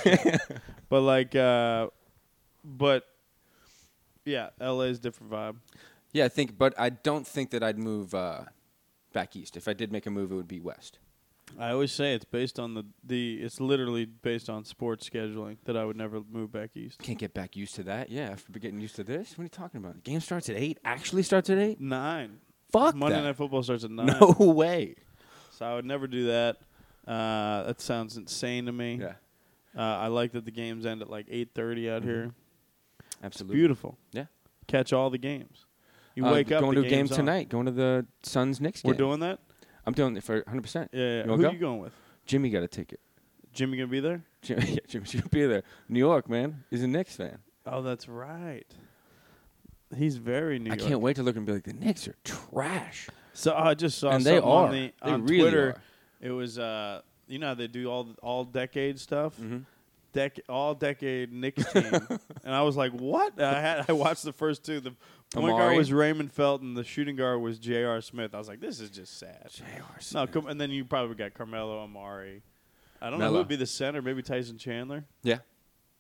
[SPEAKER 1] but like, uh, but yeah, LA's different vibe.
[SPEAKER 2] Yeah, I think, but I don't think that I'd move uh, back east. If I did make a move, it would be west.
[SPEAKER 1] I always say it's based on the the. It's literally based on sports scheduling that I would never move back east.
[SPEAKER 2] Can't get back used to that. Yeah, after getting used to this, what are you talking about? Game starts at eight. Actually, starts at eight.
[SPEAKER 1] Nine.
[SPEAKER 2] Fuck
[SPEAKER 1] Monday
[SPEAKER 2] that.
[SPEAKER 1] Night Football starts at nine.
[SPEAKER 2] No way.
[SPEAKER 1] So I would never do that. Uh, that sounds insane to me.
[SPEAKER 2] Yeah, Mm-hmm.
[SPEAKER 1] Uh, I like that the games end at like eight thirty out here. It's
[SPEAKER 2] absolutely.
[SPEAKER 1] beautiful.
[SPEAKER 2] Yeah.
[SPEAKER 1] Catch all the games. You
[SPEAKER 2] Uh,
[SPEAKER 1] wake up.
[SPEAKER 2] Going
[SPEAKER 1] the
[SPEAKER 2] to a game
[SPEAKER 1] game's on.
[SPEAKER 2] tonight. Going to the Suns Knicks
[SPEAKER 1] We're
[SPEAKER 2] game.
[SPEAKER 1] doing that.
[SPEAKER 2] I'm doing it for 100. percent
[SPEAKER 1] Yeah. yeah.
[SPEAKER 2] You
[SPEAKER 1] Who
[SPEAKER 2] wanna
[SPEAKER 1] are
[SPEAKER 2] go?
[SPEAKER 1] you going with?
[SPEAKER 2] Jimmy got a ticket.
[SPEAKER 1] Jimmy gonna be there?
[SPEAKER 2] Jimmy, yeah, Jimmy should be there. New York, man. He's a Knicks fan.
[SPEAKER 1] Oh, that's right. He's very New
[SPEAKER 2] I
[SPEAKER 1] York.
[SPEAKER 2] can't wait to look and be like, the Knicks are trash.
[SPEAKER 1] So I just saw
[SPEAKER 2] and they
[SPEAKER 1] something
[SPEAKER 2] are.
[SPEAKER 1] on, the,
[SPEAKER 2] they
[SPEAKER 1] on
[SPEAKER 2] really
[SPEAKER 1] Twitter.
[SPEAKER 2] are.
[SPEAKER 1] It was uh, you know how they do all all decade stuff.
[SPEAKER 2] Mhm.
[SPEAKER 1] Dec- all decade Knicks team, and I was like, "What?" I had I watched the first two. The point guard
[SPEAKER 2] Amari?
[SPEAKER 1] was Raymond Felton. The shooting guard was J.R. Smith. I was like, "This is just sad."
[SPEAKER 2] J.R.
[SPEAKER 1] No, come, and then you probably got Carmelo Amari. I don't know who
[SPEAKER 2] Melo.
[SPEAKER 1] would be the center. Maybe Tyson Chandler.
[SPEAKER 2] Yeah.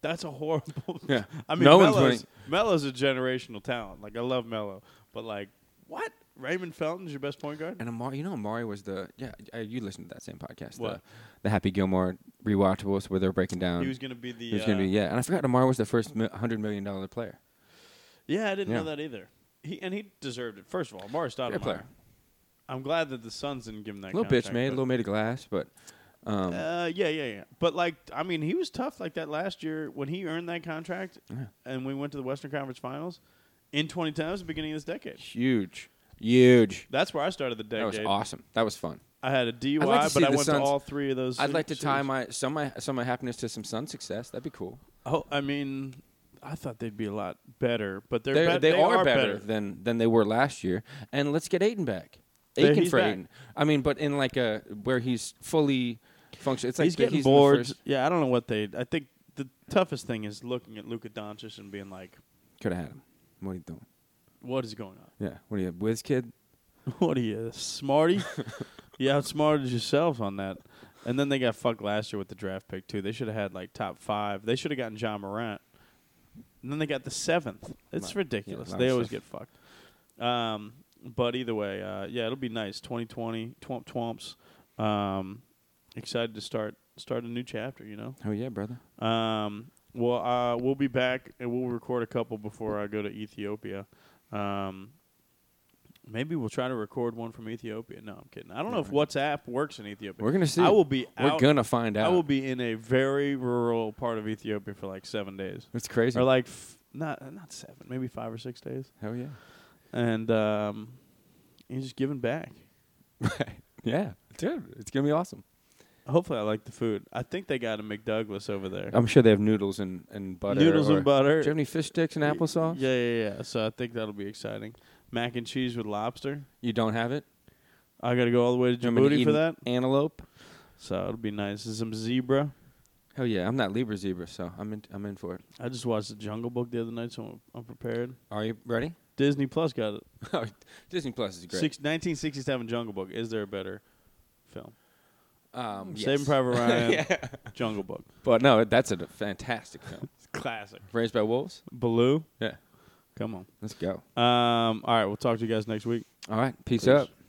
[SPEAKER 1] That's a horrible.
[SPEAKER 2] Yeah.
[SPEAKER 1] I mean,
[SPEAKER 2] No one's
[SPEAKER 1] Melo's,
[SPEAKER 2] winning.
[SPEAKER 1] Melo's a generational talent. Like I love Melo, but like what? Raymond Felton's your best point guard?
[SPEAKER 2] And Amari, you know, Amari was the yeah. Uh, you listened to that same podcast, the,
[SPEAKER 1] What?
[SPEAKER 2] the Happy Gilmore rewatchables, where they're breaking down.
[SPEAKER 1] He was going to be the.
[SPEAKER 2] um, he was gonna
[SPEAKER 1] uh,
[SPEAKER 2] be yeah. And I forgot Amari was the first mi- hundred million dollar player.
[SPEAKER 1] uh, Yeah, I didn't know
[SPEAKER 2] Yeah.
[SPEAKER 1] that either. He and he deserved it. First of all, Amari
[SPEAKER 2] Fair
[SPEAKER 1] Stoudemire.
[SPEAKER 2] player.
[SPEAKER 1] I'm glad that the Suns didn't give him that.
[SPEAKER 2] Little bitch
[SPEAKER 1] contract,
[SPEAKER 2] made,
[SPEAKER 1] but-
[SPEAKER 2] little made of glass, but um,
[SPEAKER 1] Uh, yeah, yeah, yeah. But like, I mean, he was tough like that last year when he earned that contract,
[SPEAKER 2] Yeah.
[SPEAKER 1] and we went to the Western Conference Finals in 2010. That was the beginning of this decade.
[SPEAKER 2] huge, huge.
[SPEAKER 1] That's where I started the
[SPEAKER 2] That was
[SPEAKER 1] decade.
[SPEAKER 2] awesome. That was fun.
[SPEAKER 1] I had a DUI,
[SPEAKER 2] I'd like to see
[SPEAKER 1] but I
[SPEAKER 2] the
[SPEAKER 1] went to
[SPEAKER 2] Suns-
[SPEAKER 1] all three of those.
[SPEAKER 2] I'd like to
[SPEAKER 1] series.
[SPEAKER 2] tie my some of my some of my happiness to some Sun success. That'd be cool.
[SPEAKER 1] Oh, I mean, I thought they'd be a lot better, but they're,
[SPEAKER 2] They're,
[SPEAKER 1] bet-
[SPEAKER 2] they
[SPEAKER 1] they
[SPEAKER 2] are better, than than they were last year. And let's get Aiden back.
[SPEAKER 1] Yeah,
[SPEAKER 2] Aiken
[SPEAKER 1] he's
[SPEAKER 2] for
[SPEAKER 1] back.
[SPEAKER 2] Aiden. I mean, but in like a where he's fully functional. It's like
[SPEAKER 1] he's
[SPEAKER 2] the-
[SPEAKER 1] getting
[SPEAKER 2] the
[SPEAKER 1] bored.
[SPEAKER 2] first-
[SPEAKER 1] Yeah, I don't know what they. I think the toughest thing is looking at Luka Doncic and being like,
[SPEAKER 2] Could have had him. What are you doing?
[SPEAKER 1] "What is going on?
[SPEAKER 2] Yeah. What are you, a whiz kid?
[SPEAKER 1] What are you, smarty? you outsmarted yourselves on that." And then they got fucked last year with the draft pick too. They should have had like top five. They should have gotten John Morant. And then they got the seventh. It's
[SPEAKER 2] Lot- yeah,
[SPEAKER 1] ridiculous.
[SPEAKER 2] lot
[SPEAKER 1] they
[SPEAKER 2] of
[SPEAKER 1] always
[SPEAKER 2] stuff.
[SPEAKER 1] get fucked. Um, but either way, uh, yeah, it'll be nice. Twenty twenty, twomp twomps. Um, excited to start start a new chapter. You know.
[SPEAKER 2] Oh yeah, brother.
[SPEAKER 1] Um, well, uh, we'll be back and we'll record a couple before I go to Ethiopia. Um, maybe we'll try to record one from Ethiopia. No, I'm kidding. I don't know if WhatsApp works in Ethiopia.
[SPEAKER 2] We're gonna see.
[SPEAKER 1] I will be
[SPEAKER 2] We're
[SPEAKER 1] out.
[SPEAKER 2] gonna find
[SPEAKER 1] I
[SPEAKER 2] out.
[SPEAKER 1] will be in a very rural part of Ethiopia for like seven days,
[SPEAKER 2] It's crazy.
[SPEAKER 1] or like f- not not seven, maybe five or six days,
[SPEAKER 2] Hell yeah.
[SPEAKER 1] and um, he's just giving back.
[SPEAKER 2] yeah, dude. It's gonna be awesome.
[SPEAKER 1] Hopefully, I like the food. I think they got a McDouglas over there.
[SPEAKER 2] I'm sure they have noodles and, and butter.
[SPEAKER 1] Noodles
[SPEAKER 2] or-
[SPEAKER 1] and butter.
[SPEAKER 2] Do you have any fish sticks and
[SPEAKER 1] Y-
[SPEAKER 2] applesauce?
[SPEAKER 1] Yeah, yeah, yeah. So I think that'll be exciting. Mac and cheese with lobster.
[SPEAKER 2] You don't have it?
[SPEAKER 1] I got to go all the way to
[SPEAKER 2] You want me to
[SPEAKER 1] Djibouti
[SPEAKER 2] eat
[SPEAKER 1] for
[SPEAKER 2] an
[SPEAKER 1] that.
[SPEAKER 2] Antelope?
[SPEAKER 1] So it'll be nice. And some zebra.
[SPEAKER 2] Hell yeah. I'm not Libra Zebra, so I'm in, I'm in for it.
[SPEAKER 1] I just watched the Jungle Book the other night, so I'm, I'm prepared.
[SPEAKER 2] Are you ready?
[SPEAKER 1] Disney Plus got it.
[SPEAKER 2] Disney Plus is great.
[SPEAKER 1] Six, 1967 Jungle Book. Is there a better film?
[SPEAKER 2] um, yes.
[SPEAKER 1] Saving Private Ryan.
[SPEAKER 2] yeah.
[SPEAKER 1] Jungle Book.
[SPEAKER 2] But no, that's a d- fantastic film.
[SPEAKER 1] Classic.
[SPEAKER 2] Raised by Wolves?
[SPEAKER 1] Baloo.
[SPEAKER 2] Yeah.
[SPEAKER 1] Come on.
[SPEAKER 2] Let's go.
[SPEAKER 1] Um, all right. We'll talk to you guys next week.
[SPEAKER 2] All right. Peace,
[SPEAKER 1] Peace.
[SPEAKER 2] up.